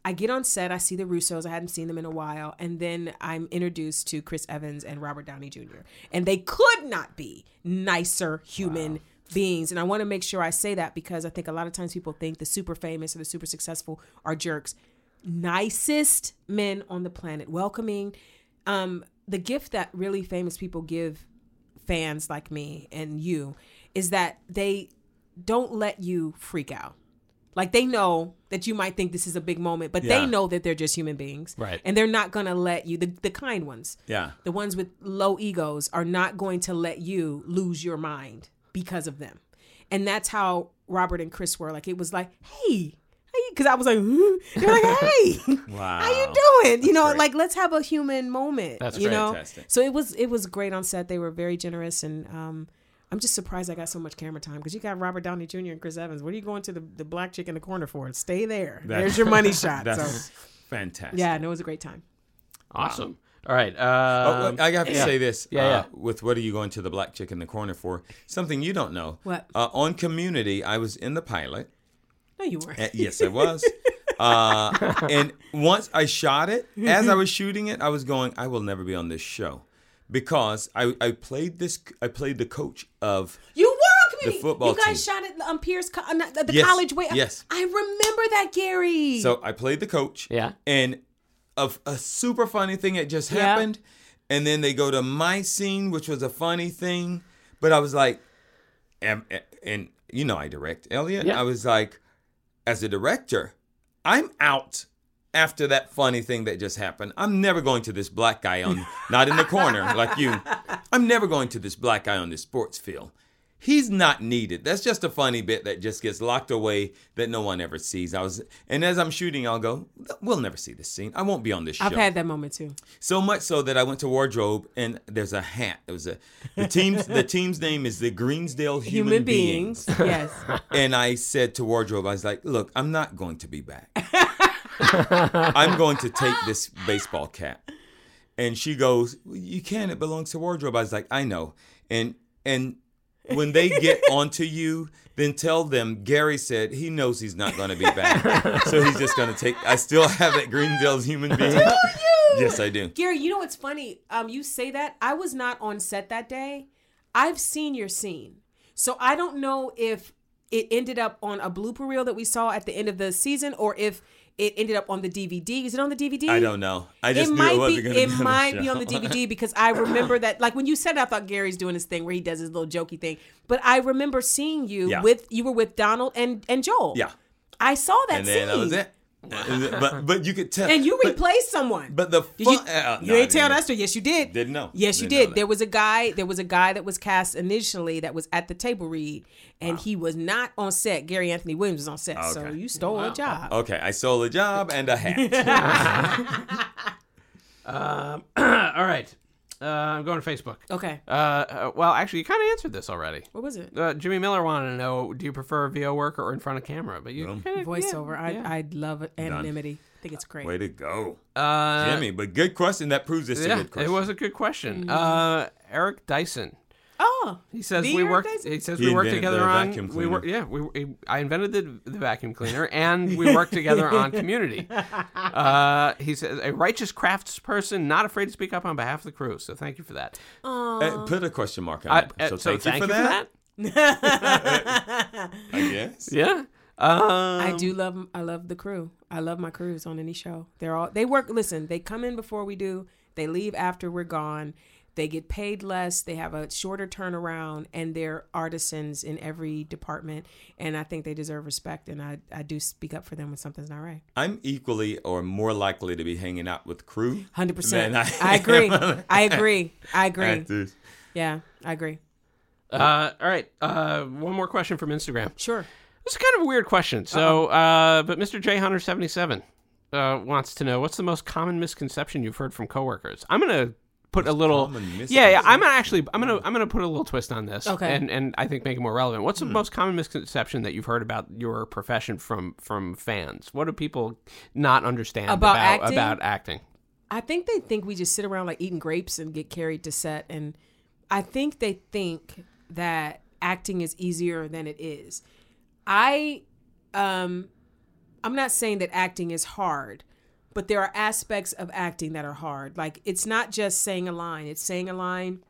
E: I get on set, I see the Russos. I hadn't seen them in a while. And then I'm introduced to Chris Evans and Robert Downey Jr. And they could not be nicer human beings. And I want to make sure I say that because I think a lot of times people think the super famous or the super successful are jerks. Nicest men on the planet, welcoming. Um, the gift that really famous people give fans like me and you is that they don't let you freak out. Like they know that you might think this is a big moment, but
D: Yeah.
E: they know that they're just human beings.
C: Right.
E: And they're not going to let you, the, the kind ones,
D: Yeah.
E: the ones with low egos, are not going to let you lose your mind because of them. And that's how Robert and Chris were. Like it was like, hey, because I was like, "Huh?" they're like, hey,
D: Wow.
E: how you doing? You know,
D: great.
E: like let's have a human moment.
C: That's
E: you know?
D: fantastic.
E: So it was it was great on set. They were very generous, and um, I'm just surprised I got so much camera time because you got Robert Downey Jr. and Chris Evans. What are you going to the, the black chick in the corner for? Stay there. There's your money shot.
D: That's
E: so
D: fantastic.
E: yeah, no, it was a great time.
C: Awesome. All right. Uh,
D: Oh, look, I have to say this.
C: Yeah,
D: uh,
C: yeah.
D: With what are you going to the black chick in the corner for? Something you don't know.
E: What?
D: Uh, on Community, I was in the pilot.
E: No, you were.
D: Uh, yes, I was. uh, and once I shot it, as
E: Mm-hmm.
D: I was shooting it, I was going, I will never be on this show because I, I played this. I played the coach of
E: You were on
D: The
E: community.
D: football
E: you guys
D: team.
E: shot at um, Pierce, co- uh, not- the the
D: Yes,
E: college way.
D: yes.
E: I remember that, Gary.
D: So I played the coach.
C: Yeah.
D: And a, a super funny thing had just
E: Yeah.
D: happened. And then they go to my scene, which was a funny thing. But I was like, am, and you know, I direct Elliot.
C: Yeah.
D: I was like, as a director, I'm out after that funny thing that just happened. I'm never going to this black guy on, not in the corner like you. I'm never going to this black guy on this sports field. He's not needed. That's just a funny bit that just gets locked away that no one ever sees. I was, and as I'm shooting, I'll go, "We'll never see this scene. I won't be on this show."
E: I've had that moment too.
D: So much so that I went to wardrobe and there's a hat. It was a the team's the team's name is the Greensdale Human,
E: Human
D: Beings.
E: beings. yes.
D: And I said to wardrobe, I was like, "Look, I'm not going to be back. I'm going to take this baseball cap." And she goes, well, "You can. It belongs to wardrobe." I was like, "I know." And and when they get onto you, then tell them Gary said he knows he's not going to be back, so he's just going to take. I still have that Greendale's human being. Yes, I do.
E: Gary, you know what's funny? Um, you say that I was not on set that day. I've seen your scene, so I don't know if it ended up on a blooper reel that we saw at the end of the season, or if it ended up on the DVD. Is it on the DVD?
D: I don't know. I just
E: it
D: knew
E: might
D: it
E: be.
D: wasn't going to be.
E: It
D: on the
E: might
D: show.
E: be on the DVD because I remember that. Like when you said, it, I thought Gary's doing his thing where he does his little jokey thing. But I remember seeing you
D: Yeah.
E: with you were with Donald and and Joel.
D: Yeah.
E: I saw that
D: and
E: scene.
D: then that was it. but but you could tell.
E: And you
D: but,
E: replaced someone.
D: but the
E: Did
D: fun.
E: you,
D: uh,
E: you
D: no, I
E: ain't tell
D: didn't.
E: that story. Yes, you did.
D: Didn't know.
E: Yes, you
D: Didn't know
E: did.
D: that.
E: There was a guy. There was a guy that was cast initially that was at the table read, and he was not on set. Gary Anthony Williams was on set, so
D: Okay.
E: you stole a job.
D: Okay, I stole a job and a hat. Oh.
C: All right. Uh, I'm going to Facebook.
E: Okay,
C: Uh, uh, well, actually, you kind of answered this already.
E: what was it?
C: Uh, Jimmy Miller wanted to know: Do you prefer VO work or in front of camera? But you kinda-
E: Voiceover. I
C: yeah.
E: I love anonymity. I think it's great.
D: Way to go,
C: Uh,
D: Jimmy. But good question. That proves it's
C: yeah,
D: a good question.
C: it was a good question.
E: Mm.
C: Uh, Eric Dyson.
E: Oh,
C: He says
E: The
C: we
E: Eric
C: worked.
E: Dyson?
C: He says
D: He
C: we worked
D: invented
C: together
D: the
C: on.
D: vacuum
C: we wor-
D: cleaner.
C: yeah, we, we- I invented the, the vacuum cleaner, and we worked together on Community. Uh, he says a righteous craftsperson, not afraid to speak up on behalf of the crew. So thank you for that.
D: Uh, put a question mark on
C: I-
D: it.
C: uh,
D: So, thank, you, for that. I guess.
C: Yeah. Uh,
E: I do love I love the crew. I love my crews on any show. They're all they work. Listen, they come in before we do. They leave after we're gone. They get paid less. They have a shorter turnaround, and they're artisans in every department. And I think they deserve respect. And I I do speak up for them when something's not right.
D: I'm equally or more likely to be hanging out with crew.
E: Hundred percent.
D: Man, I-
E: I agree. I agree. I agree.
D: Actors.
E: Yeah, I agree.
C: uh, all right. Uh, one more question from Instagram.
E: Sure.
C: This is kind of a weird question. So, uh, but Mr. J Hunter seventy seven uh, wants to know what's the most common misconception you've heard from coworkers. I'm gonna put a little
D: common
C: yeah, yeah. I'm gonna actually I'm gonna I'm gonna put a little twist on this.
E: Okay.
C: and and I think make it more relevant. What's
D: Hmm.
C: the most common misconception that you've heard about your profession from from fans? What do people not understand
E: About
C: about
E: acting?
C: about acting?
E: I think they think we just sit around like eating grapes and get carried to set. And I think they think that acting is easier than it is. I, um, I'm not saying that acting is hard, but there are aspects of acting that are hard. Like it's not just saying a line, it's saying a line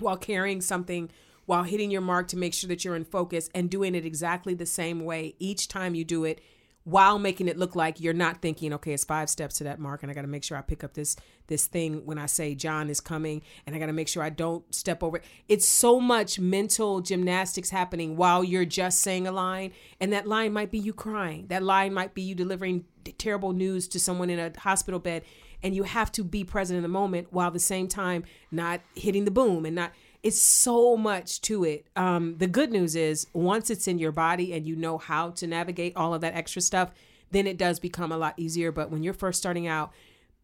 E: while carrying something while hitting your mark to make sure that you're in focus and doing it exactly the same way each time you do it while making it look like you're not thinking okay it's five steps to that mark and i got to make sure i pick up this this thing when i say john is coming and i got to make sure i don't step over it's so much mental gymnastics happening while you're just saying a line and that line might be you crying that line might be you delivering terrible news to someone in a hospital bed and you have to be present in the moment while at the same time not hitting the boom and not it's so much to it um, the good news is once it's in your body and you know how to navigate all of that extra stuff then it does become a lot easier but when you're first starting out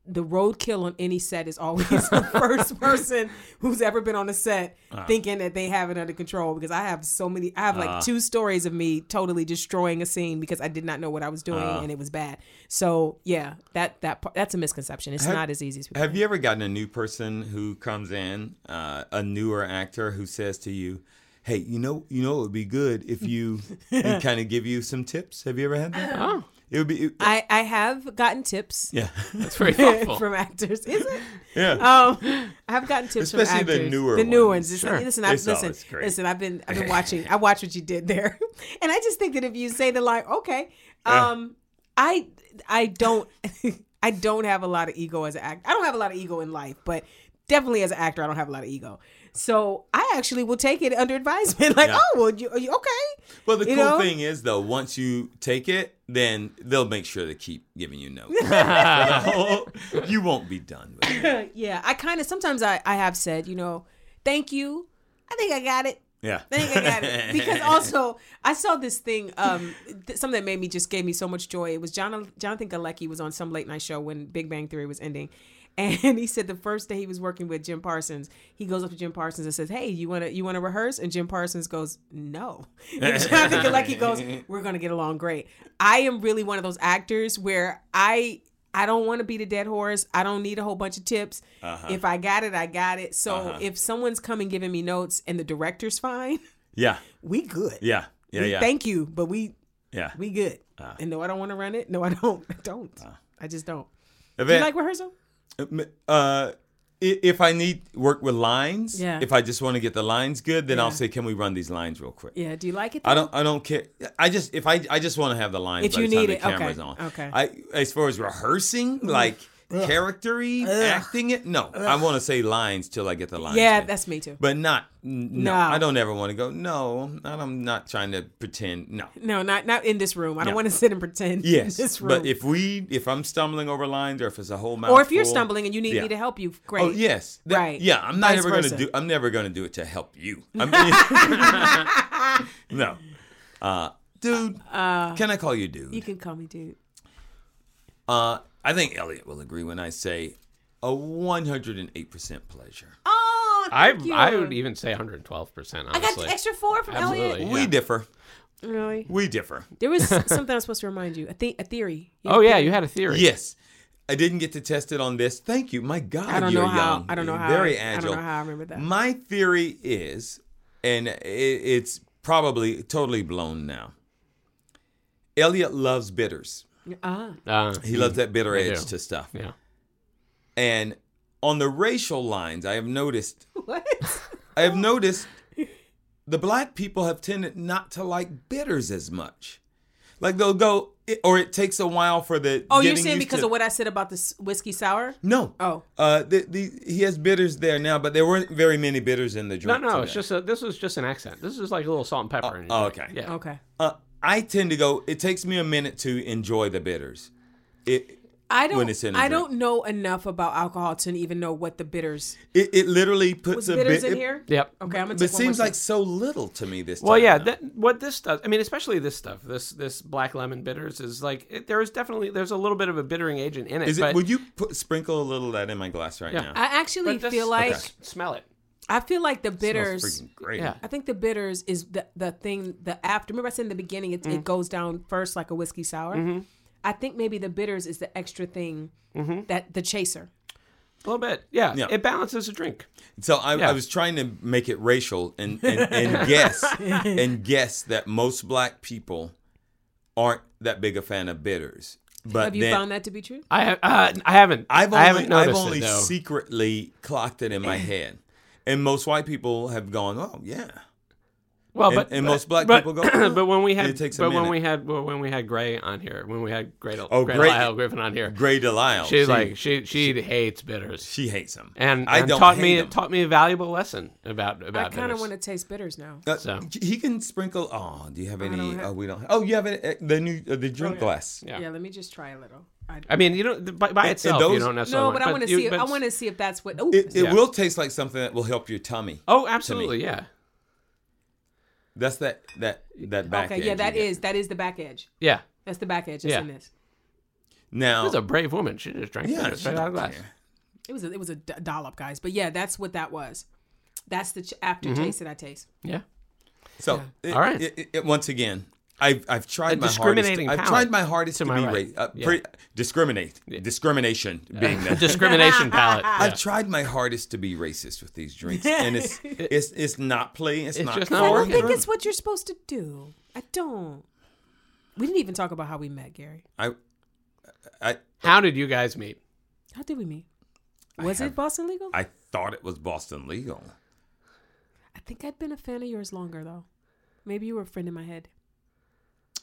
E: the roadkill on any set is always the first person who's ever been on a set
D: Uh.
E: thinking that they have it under control because I have so many I have like two stories of me totally destroying a scene because I did not know what I was doing
D: Uh.
E: and it was bad. So, yeah, that that part, that's a misconception. It's not as easy as people.
D: Have you ever gotten a new person who comes in, uh, a newer actor who says to you, "Hey, you know, you know, it would be good if you kind of give you some tips." Have you ever had that? Oh, it would be. it-
E: I I have gotten tips
D: yeah,
C: That's very thoughtful.
E: from actors. Is it?
D: yeah.
E: Um, I have gotten tips
D: Especially
E: from
D: the
E: actors.
D: newer
E: the new
D: ones.
E: ones.
C: Sure.
E: Listen, I've,
D: It's
E: listen,
D: always great.
E: listen. I've been, I've been watching. I watched what you did there, and I just think that if you say the line, okay, um, I, I don't, I don't have a lot of ego as an actor. I don't have a lot of ego in life, but definitely as an actor, I don't have a lot of ego. So I actually will take it under advisement. Like,
D: Yeah.
E: oh, well, you, you okay?
D: Well, the
E: You
D: cool
E: know?
D: thing is though, once you take it, then they'll make sure to keep giving you notes. you won't be done with it.
E: Yeah, I kind of sometimes I I have said, you know, thank you. I think I got it.
D: Yeah.
E: That ain't gonna happen. Because also, I saw this thing, um, th- something that made me just gave me so much joy. It was John, Jonathan Galecki was on some late night show when Big Bang Theory was ending. And he said the first day he was working with Jim Parsons, he goes up to Jim Parsons and says, "Hey, you wanna you wanna rehearse?" And Jim Parsons goes, "No." And Jonathan Galecki goes, "We're gonna get along great." I am really one of those actors where I I don't want to be the dead horse. I don't need a whole bunch of tips. If I got it, I got it. So if someone's coming giving me notes and the director's fine,
D: Yeah.
E: we good.
D: Yeah. Yeah.
E: We
D: Yeah. Ah.
E: Thank you, but we
D: yeah.
E: we good. and no, I don't want to run it. No, I don't. I don't.
D: Ah.
E: I just don't. Do you
D: Event-
E: like rehearsal?
D: Um, uh, i- if I need work with lines,
E: Yeah.
D: if I just want to get the lines good, then I'll say, "Can we run these lines real quick?"
E: Yeah. Do you like it?
D: I
E: though?
D: don't. I don't care. I just if I I just want to have the lines.
E: If
D: by
E: you
D: the time
E: need
D: the
E: it, okay,
D: camera's on.
E: okay. Mm-hmm.
D: I as far as rehearsing, like charactery, acting it. No, I want to say lines till I get the lines.
E: Yeah,
D: in.
E: that's me too.
D: But not. n- No,
E: No.
D: I don't ever want to go. No, I- I'm not trying to pretend. No.
E: no, not not in this room. I don't want to sit and pretend.
D: Yes,
E: In this room.
D: but if we if I'm stumbling over lines or if it's a whole mouthful,
E: or if you're stumbling and you need
D: yeah.
E: me to help you, great.
D: Oh yes, That-
E: Right.
D: Yeah, I'm not
E: Vice
D: ever gonna
E: versa.
D: do. I'm never gonna do it to help you. I mean, no, uh, dude. can I call you dude?
E: uh, You can call me dude.
D: uh, I think Elliot will agree when I say a 108 percent pleasure.
E: Oh,
C: I
E: thank you.
C: I would even say 112 percent.
E: I got
C: Honestly,
E: the extra four from
C: absolutely.
E: Elliot.
C: yeah.
D: We differ.
E: Really?
D: We differ.
E: There was something I was supposed to remind you. A, the- a theory. You
C: oh
E: had a
C: yeah,
E: theory.
C: you had a theory.
D: Yes. I didn't get to test it on this. Thank you. My God,
E: I don't
D: you're
E: know how-
D: young.
E: I don't know
D: and
E: how-
D: Very
E: I don't
D: agile.
E: know how I remember that.
D: My theory is, and it, it's probably totally blown now. Elliot loves bitters.
E: Ah,
C: Uh,
D: He loves that bitter edge
C: do.
D: to stuff.
C: yeah.
D: And on the racial lines, I have noticed,
E: what?
D: I have noticed, the black people have tended not to like bitters as much. Like they'll go, it- or it takes a while for the.
E: Oh, you're
D: getting
E: saying
D: used
E: because
D: to-
E: of what I said about this whiskey sour?
D: No.
E: Oh.
D: Uh, the, the, he has bitters there now, but there weren't very many bitters in the
C: No,
D: drink.
C: no,
D: today.
C: it's just a, this was just an accent. This is like a little salt and pepper. in your
D: oh,
C: drink.
D: okay.
C: Yeah.
E: Okay.
D: Uh, I tend to go. It takes me a minute to enjoy the bitters. It
E: I don't.
D: When it's in a
E: I
D: drink.
E: don't know enough about alcohol to even know what the bitters.
D: it, it literally
E: Was
D: puts a
E: bitters
D: bit.
E: in
D: it,
E: here?
C: Yep.
E: Okay, I'm gonna.
D: But
E: take
D: it
E: one more
D: seems like
E: sip.
D: so little to me this time.
C: Well, yeah.
D: now.
C: That, what this does, I mean, especially this stuff, this this black lemon bitters is like it, there is definitely there's a little bit of a bittering agent in it.
D: Is it?
C: but,
D: Would you put, sprinkle a little of that in my glass right
C: Yeah.
D: now?
E: I actually
C: but this-
E: feel like
C: s- smell it.
E: I feel like the
D: It
E: bitters.
D: smells freaking great.
C: Yeah.
E: I think the bitters is the the thing the after. Remember I said in the beginning it,
C: Mm-hmm.
E: it goes down first like a whiskey sour. I think maybe the bitters is the extra thing
C: Mm-hmm.
E: that the chaser.
C: A little bit. Yeah.
D: Yeah.
C: It balances a drink.
D: So I,
C: Yeah.
D: I was trying to make it racial and, and, and guess and guess that most black people aren't that big a fan of bitters. But
E: Have you
D: then,
E: found that to be true?
C: I ha- uh, I haven't.
D: I've only,
C: I haven't
D: I've
C: noticed
D: only
C: it though.
D: secretly clocked it in my head. And most white people have gone, oh, yeah.
C: well,
D: and-
C: but
D: and
C: but-
D: most black
C: but-
D: people go,
C: but when we had,
D: it takes a
C: but when
D: minute.
C: we had, well, when we had Gray on here, when we had Gray,
D: Oh,
C: Gray,
D: Gray-
C: Lyle Griffin on here,
D: Gray Delisle.
C: she's like she she, hates bitters.
D: she hates them.
C: and,
D: I
C: and
D: don't
C: taught
D: hate
C: me
D: 'em.
C: taught me a valuable lesson about
E: I
C: about
E: kind of
C: bitters.
E: want to taste bitters now.
D: Uh,
C: so.
D: He can sprinkle. Oh, do you have any?
E: have- Oh,
D: oh, we don't. Oh, you have it, uh, the new uh, the drink glass.
C: Yeah.
E: Yeah. let me just try a little. I,
C: I mean, you know, by, by itself, you
D: those-
C: don't necessarily.
E: no, but I want to
C: you-
E: see. If,
C: but
E: I
C: it's-
E: want to see if that's what. Ooh,
D: It, it
C: Yeah.
D: will taste like something that will help your tummy.
C: Oh, absolutely, yeah,
D: That's that that that back.
E: okay, yeah,
D: edge you
E: that
D: get.
E: is that is the back edge.
C: yeah.
E: That's the back edge. That's
C: Yeah.
E: in this.
D: now.
C: She's a brave woman. She just drank
D: yeah,
C: it
D: she
C: straight out
D: don't
C: of the glass.
D: care.
E: It was a, it was a d- dollop, guys. But yeah, that's what that was. That's the ch-
D: Mm-hmm.
E: aftertaste that I taste.
C: Yeah,
D: So it-
C: All right.
D: it- it- it- once again, I've I've tried
C: A
D: my hardest.
C: discriminating
D: I've
C: palate
D: tried my hardest
C: to
D: to,
C: my
D: be
C: right.
D: ra- uh,
C: Yeah.
D: pre- discriminate discrimination being that.
C: discrimination palette.
D: I've
C: Yeah.
D: tried my hardest to be racist with these drinks, and it's it's it's not playing. It's,
C: It's
D: not.
C: just not
E: I
D: flowing
E: don't think
D: through.
E: it's what you're supposed to do. I don't. We didn't even talk about how we met, Gary.
D: I, I
C: How did you guys meet?
E: How did we meet? Was
D: have-
E: it Boston Legal? I,
D: I thought it was Boston legal.
E: think I'd been a fan of yours longer though. Maybe you were a friend in my head.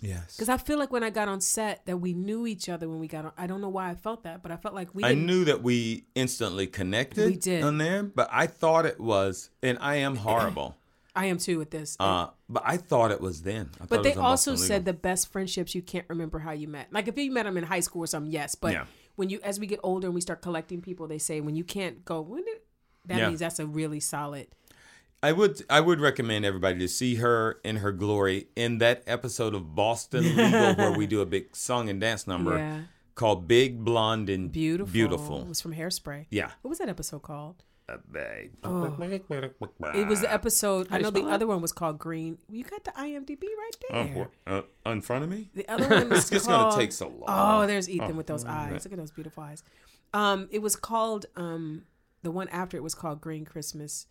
D: Yes.
E: Because I feel like when I got on set that we knew each other when we got on. I don't know why I felt that, but I felt like we.
D: I
E: didn't-
D: knew that we instantly connected
E: We did.
D: on there, but I thought it was, and I am horrible.
E: I am too with this.
D: uh, but I thought it was then. I thought
E: But
D: it
E: they
D: was on
E: also
D: Boston
E: said
D: Legal.
E: the best friendships you can't remember how you met. Like if you met them in high school or something, yes. But
D: Yeah.
E: when you, as we get older and we start collecting people, they say when you can't go, when did, that
D: Yeah.
E: means that's a really solid.
D: I would I would recommend everybody to see her in her glory in that episode of Boston Legal where we do a big song and dance number
E: Yeah.
D: called Big Blonde and
E: Beautiful. It
D: Beautiful.
E: was from Hairspray.
D: Yeah.
E: What was that episode called? It
D: It
E: was the episode. I
C: do you
E: know the
C: spell that?
E: other one was called Green. You got the IMDb right there.
D: uh, in front of me.
E: The other one was
D: It's
E: called.
D: gonna take so long.
E: Oh, there's Ethan with those eyes. Look at those beautiful eyes. Um, it was called um, the one after it was called Green Christmas.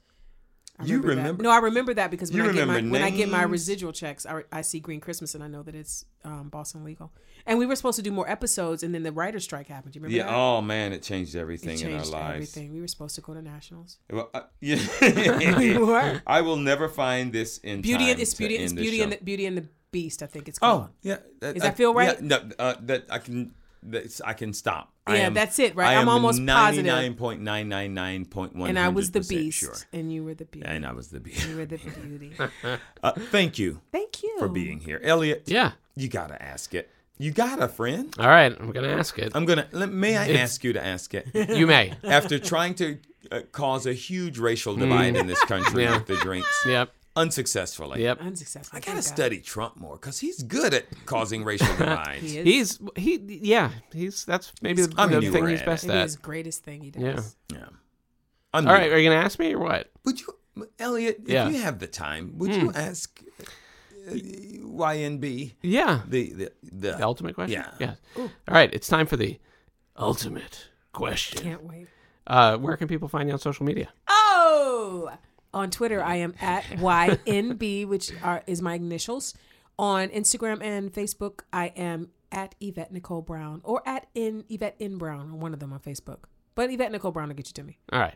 E: I
D: You
E: that.
D: remember-
E: No, I remember that because when
D: You
E: I get my
D: remember
E: when I get my
D: names?
E: residual checks, I, I see Green Christmas and I know that it's um, Boston legal. And we were supposed to do more episodes, and then the writer's strike happened. Do you remember
D: yeah.
E: that?
D: Oh man, it changed everything
E: it
D: in our
E: changed
D: lives.
E: everything. We were supposed to go to nationals.
D: Well, I, yeah.
E: were.
D: I will never find this in
E: Beauty
D: time
E: and it's
D: to
E: Beauty
D: end
E: it's
D: this
E: Beauty and
D: show.
E: the Beauty and the Beast. I think it's
D: Oh
E: called.
D: yeah, that,
E: Does
D: I-
E: that feel right?
D: Yeah, no, uh, that I can. That's, I can stop. I
E: Yeah,
D: am-
E: that's it, right?
D: I
E: I'm
D: am
E: almost positive.
D: 99.999.1.
E: and I was the Beast,
D: Sure.
E: and you were the Beauty.
D: And I was the beast.
E: You were the Beauty.
D: Uh, thank you
E: Thank you
D: for being here, Elliot.
C: Yeah.
D: You gotta ask it. You gotta, friend.
C: All right. I'm gonna ask it.
D: I'm gonna. let- May I ask you to ask it?
C: You may.
D: After trying to uh, cause a huge racial divide in this country
C: Hmm. Yeah.
D: with the drinks,
C: Yep.
D: unsuccessfully.
C: Yep.
E: unsuccessful.
D: I gotta study Trump more because he's good at causing racial divides.
E: He is.
C: He's he. Yeah. He's that's maybe the,
D: I mean,
C: the
D: you
C: thing
D: were
C: he's
D: at
C: best
E: Maybe
C: at.
E: his greatest thing he does.
C: Yeah.
D: Yeah. I'm
C: All right. Are you gonna ask me or what?
D: Would you, Elliot, if
C: Yeah. Hmm.
D: you have the time, would you ask uh, YNB
C: Yeah.
D: the the the,
C: The ultimate question.
D: Yeah.
C: Yes. All right. It's time for the ultimate question.
E: Can't wait.
C: Uh, where can people find you on social media?
E: Oh, on Twitter I am at YNB, which are is my initials. On Instagram and Facebook I am at Yvette Nicole Brown or at in Yvette N Brown on one of them on Facebook. But Yvette Nicole Brown will get you to me.
C: All right.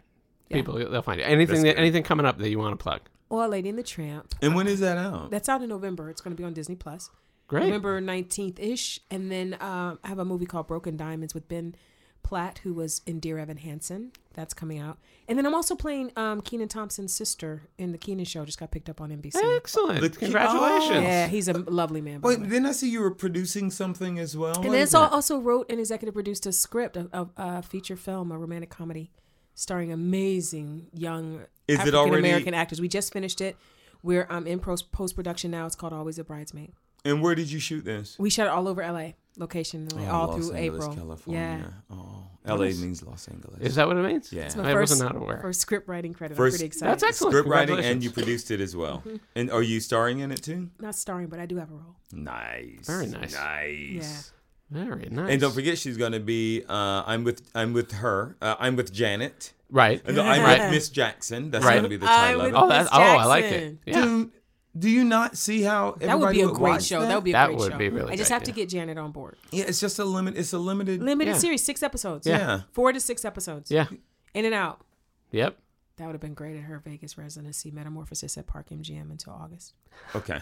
C: People, they'll find you. Anything, that, anything coming up that you want to plug?
E: Or Lady and the Tramp.
D: And when is that out?
E: That's out in November. It's going to be on Disney Plus.
C: Great.
E: November 19th ish. And then um, I have a movie called Broken Diamonds with Ben Platt, who was in Dear Evan Hansen. That's coming out. And then I'm also playing um, Keenan Thompson's sister in The Keenan Show, just got picked up on NBC.
C: Excellent.
D: The-
C: Congratulations.
E: Yeah, he's a lovely man. by the
D: Wait,
E: way.
D: then I see you were producing something as well.
E: And
D: What
E: then
D: is
E: it's al-
D: that?
E: also wrote and executive produced a script of a, a feature film, a romantic comedy, starring amazing young
D: Is it already-
E: African American actors. We just finished it. We're um, in post production now. It's called Always a Bridesmaid.
D: and where did you shoot this?
E: We shot it all over LA, location LA,
D: Oh,
E: all
D: Los
E: through
D: Angeles,
E: April.
D: California. Oh, LA means Los Angeles.
C: Is that what it means?
D: Yeah. It's
E: My
C: I
E: first,
C: wasn't not aware.
E: First script writing credit.
D: First-
E: I'm pretty excited.
C: That's excellent.
D: Script writing, and
C: Congratulations.
D: you produced it as well.
E: Mm-hmm.
D: And are you starring in it too?
E: Not starring, but I do have a role.
D: Nice.
C: Very nice.
D: Nice.
C: Very nice.
D: And don't forget, she's going to be. Uh, I'm with. I'm with her. Uh, I'm with Janet.
C: Right.
D: No, I'm
C: Right.
D: with Miss Jackson. That's
C: Right.
D: going to be the title
E: I'm
D: of it.
E: with-
C: Oh, that's,
E: Miss
C: oh, I like it.
E: Jackson.
C: Yeah.
D: Dude, do you not see how everybody
E: That would be a great
D: watch
E: show. That?
D: That?
E: would be a
C: That
E: great
C: would
E: show.
C: be really
E: I just
C: great,
E: have to
C: yeah.
E: get Janet on board.
D: yeah. It's just a limit. It's a limited.
E: Limited
C: Yeah.
E: series, six episodes.
D: yeah.
E: Four to six episodes.
C: Yeah.
E: In and out.
C: Yep.
E: That would have been great at her Vegas residency metamorphosis at Park MGM until August.
D: Okay.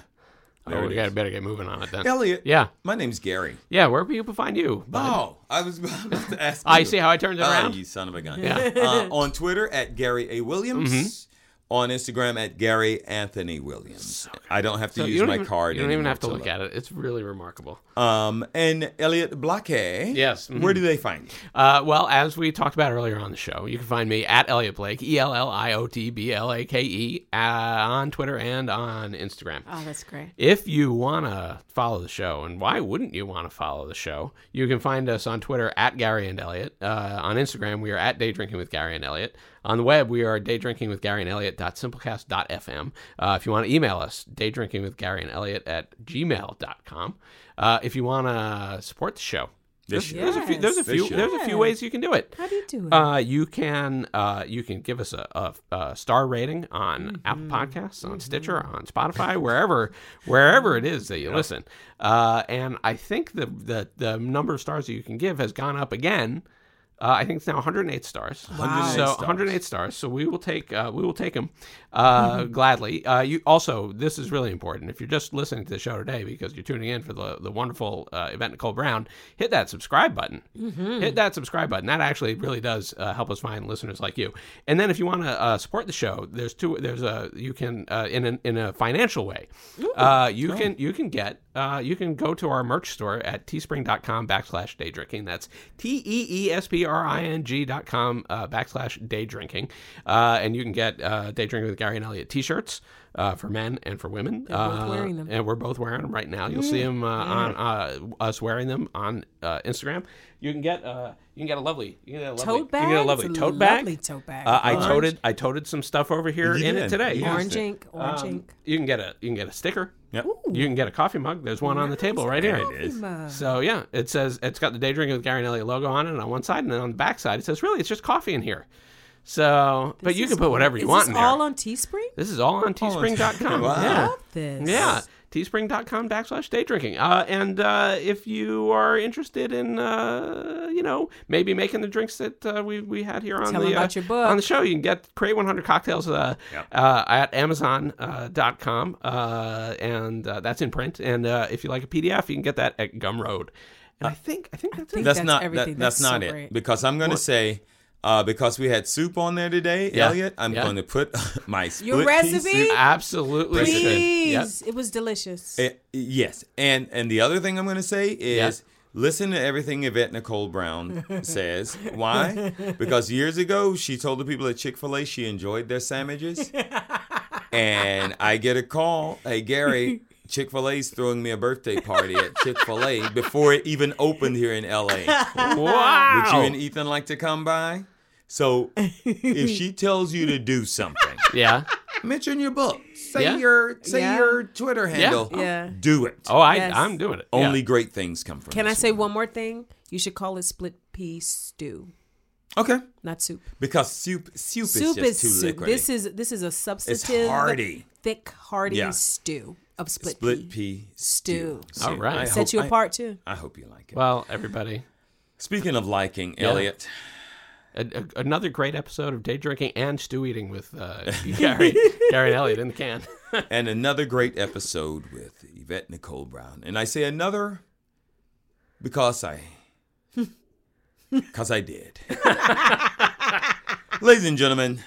D: There
C: Oh,
D: it
C: we got to better get moving on it then.
D: Elliot.
C: Yeah.
D: My name's Gary.
C: Yeah. Where can people find you? bud?
D: Oh, I was about to ask.
C: I
D: you.
C: see how I turned it
D: Ah,
C: around.
D: you son of a gun.
C: Yeah. Mm-hmm.
D: Uh, on Twitter at Gary A Williams. On Instagram at Gary Anthony Williams. I don't have to
C: So
D: use
C: don't
D: my
C: even,
D: card.
C: You don't even
D: anymore
C: have to look at it. It's really remarkable.
D: Um, and Elliot Blake.
C: Yes, mhm.
D: Where do they find you?
C: Uh, well, as we talked about earlier on the show, you can find me at Elliot Blake, E L L I O T B L A K E, uh, on Twitter and on Instagram.
E: Oh, that's great.
C: If you want to follow the show, and why wouldn't you want to follow the show? You can find us on Twitter at Gary and Elliot. Uh, on Instagram, we are at Day Drinking with Gary and Elliot. On the web, we are Day Drinking with Gary and Elliot. Simplecast.fm. Uh, if you want to email us, Day Drinking with Gary and Elliot at gmail.com. Uh, if you want to support the show,
D: This
C: there's, there's a few. There's a
E: Yes.
C: few. There's a few ways you can do it.
E: How do you do it?
C: Uh, you can uh, you can give us a, a, a star rating on Apple Podcasts, on Stitcher, on Spotify, wherever wherever it is that you listen. Uh, and I think the, the the number of stars that you can give has gone up again. Uh, I think it's now 108 stars.
E: Wow.
D: 108
C: So
D: stars.
C: 108 stars. So we will take uh, we will take them uh, gladly. Uh, you also this is really important. If you're just listening to the show today because you're tuning in for the the wonderful uh, event Nicole Brown, hit that subscribe button. Hit that subscribe button. That actually really does uh, help us find listeners like you. And then if you want to uh, support the show, there's two. There's a you can uh, in an, in a financial way. Uh, you can you can get uh, you can go to our merch store at teespring.com backslash day drinking. That's T E E S P P-R-I-N-G dot com uh, backslash day drinking. Uh, and you can get uh, Day Drinking with Gary and Elliot t-shirts uh, for men and for women. We're
E: both wearing them. Mm,
C: And we're both wearing them right now. You'll see them uh, on uh, us wearing them on uh, Instagram. You can get uh, you can get a lovely you can get a lovely
E: Tote bag.
C: You can get a
E: It's
C: lovely
E: a
C: tote bag.
E: lovely tote bag.
C: Uh, I
E: Orange.
C: toted I toted some stuff over here
D: You
C: in it
D: did.
C: today.
D: You
E: Orange
D: Interesting.
E: ink,
C: Um,
E: orange ink.
C: You can get a you can get a sticker.
D: Yep.
C: You can get a coffee mug. There's one on the table right here. It is. So yeah, it says it's got the day drinking with Gary and Elliot logo on it on one side, and then on the back side it says really it's just coffee in here. So, but you can put whatever you
E: Is
C: want
E: this
C: in there.
E: all on Teespring?
C: this is all on teespring.com.
D: Wow.
C: Yeah.
E: Love this.
C: Yeah, teespring.com backslash day drinking. Uh, and uh, if you are interested in, uh, you know, maybe making the drinks that uh, we, we had here on
E: Tell
C: the
E: 'em about
C: uh,
E: your book.
C: on the show, you can get Create 100 Cocktails uh, uh, at Amazon.com. Uh, dot com, uh, and uh, that's in print. And uh, if you like a PDF, you can get that at Gumroad. And I think I think that's it.
E: Uh, think
D: That's
E: that's
D: not that,
E: everything.
D: that's,
E: That's so
D: not
E: great.
D: it because I'm going to say uh, because we had soup on there today,
C: Yeah.
D: Elliot. I'm
C: Yeah.
D: going to put my
E: Your
D: split pea
E: recipe?
D: soup-
C: Absolutely.
D: Please.
C: should. Yep.
E: Please. It was delicious.
D: Eh, yes, and and the other thing I'm going to say is. Listen to everything Yvette Nicole Brown says. Why? Because years ago, she told the people at Chick fil A she enjoyed their sandwiches. And I get a call Hey, Gary, Chick fil A's throwing me a birthday party at Chick fil A before it even opened here in LA.
C: Wow.
D: Would you and Ethan like to come by? So if she tells you to do something,
C: yeah.
D: mention your book. Say
C: Yeah.
D: your say
E: Yeah.
D: your Twitter handle.
E: Yeah.
D: Do it.
C: Oh, I,
E: Yes.
C: I'm doing it.
D: Only great things come from.
E: Can I
D: this
E: say one more thing? You should call it split pea stew,
D: one. Okay.
E: not soup.
D: Because soup soup,
E: soup
D: is just
E: is
D: too
E: soup.
D: liquidy.
E: This is this is a substantive,
D: hearty.
E: thick, hearty
D: Yeah.
E: stew of split,
D: split
E: pea.
D: pea
E: stew.
D: soup.
C: All right.
D: I
E: Set
D: hope-
E: you
D: I-
E: apart too.
D: I, hope you like it.
C: Well, everybody.
D: Speaking of liking, Elliot,
C: a, a- another great episode of day drinking and stew eating with uh, Gary, Gary and Elliot in the can.
D: and another great episode with Yvette Nicole Brown. And I say another because I because I did. Ladies and gentlemen,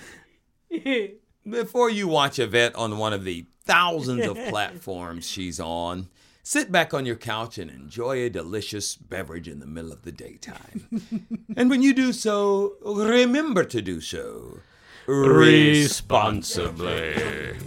D: before you watch Yvette on one of the thousands of platforms she's on, sit back on your couch and enjoy a delicious beverage in the middle of the daytime. and when you do so, remember to do so responsibly.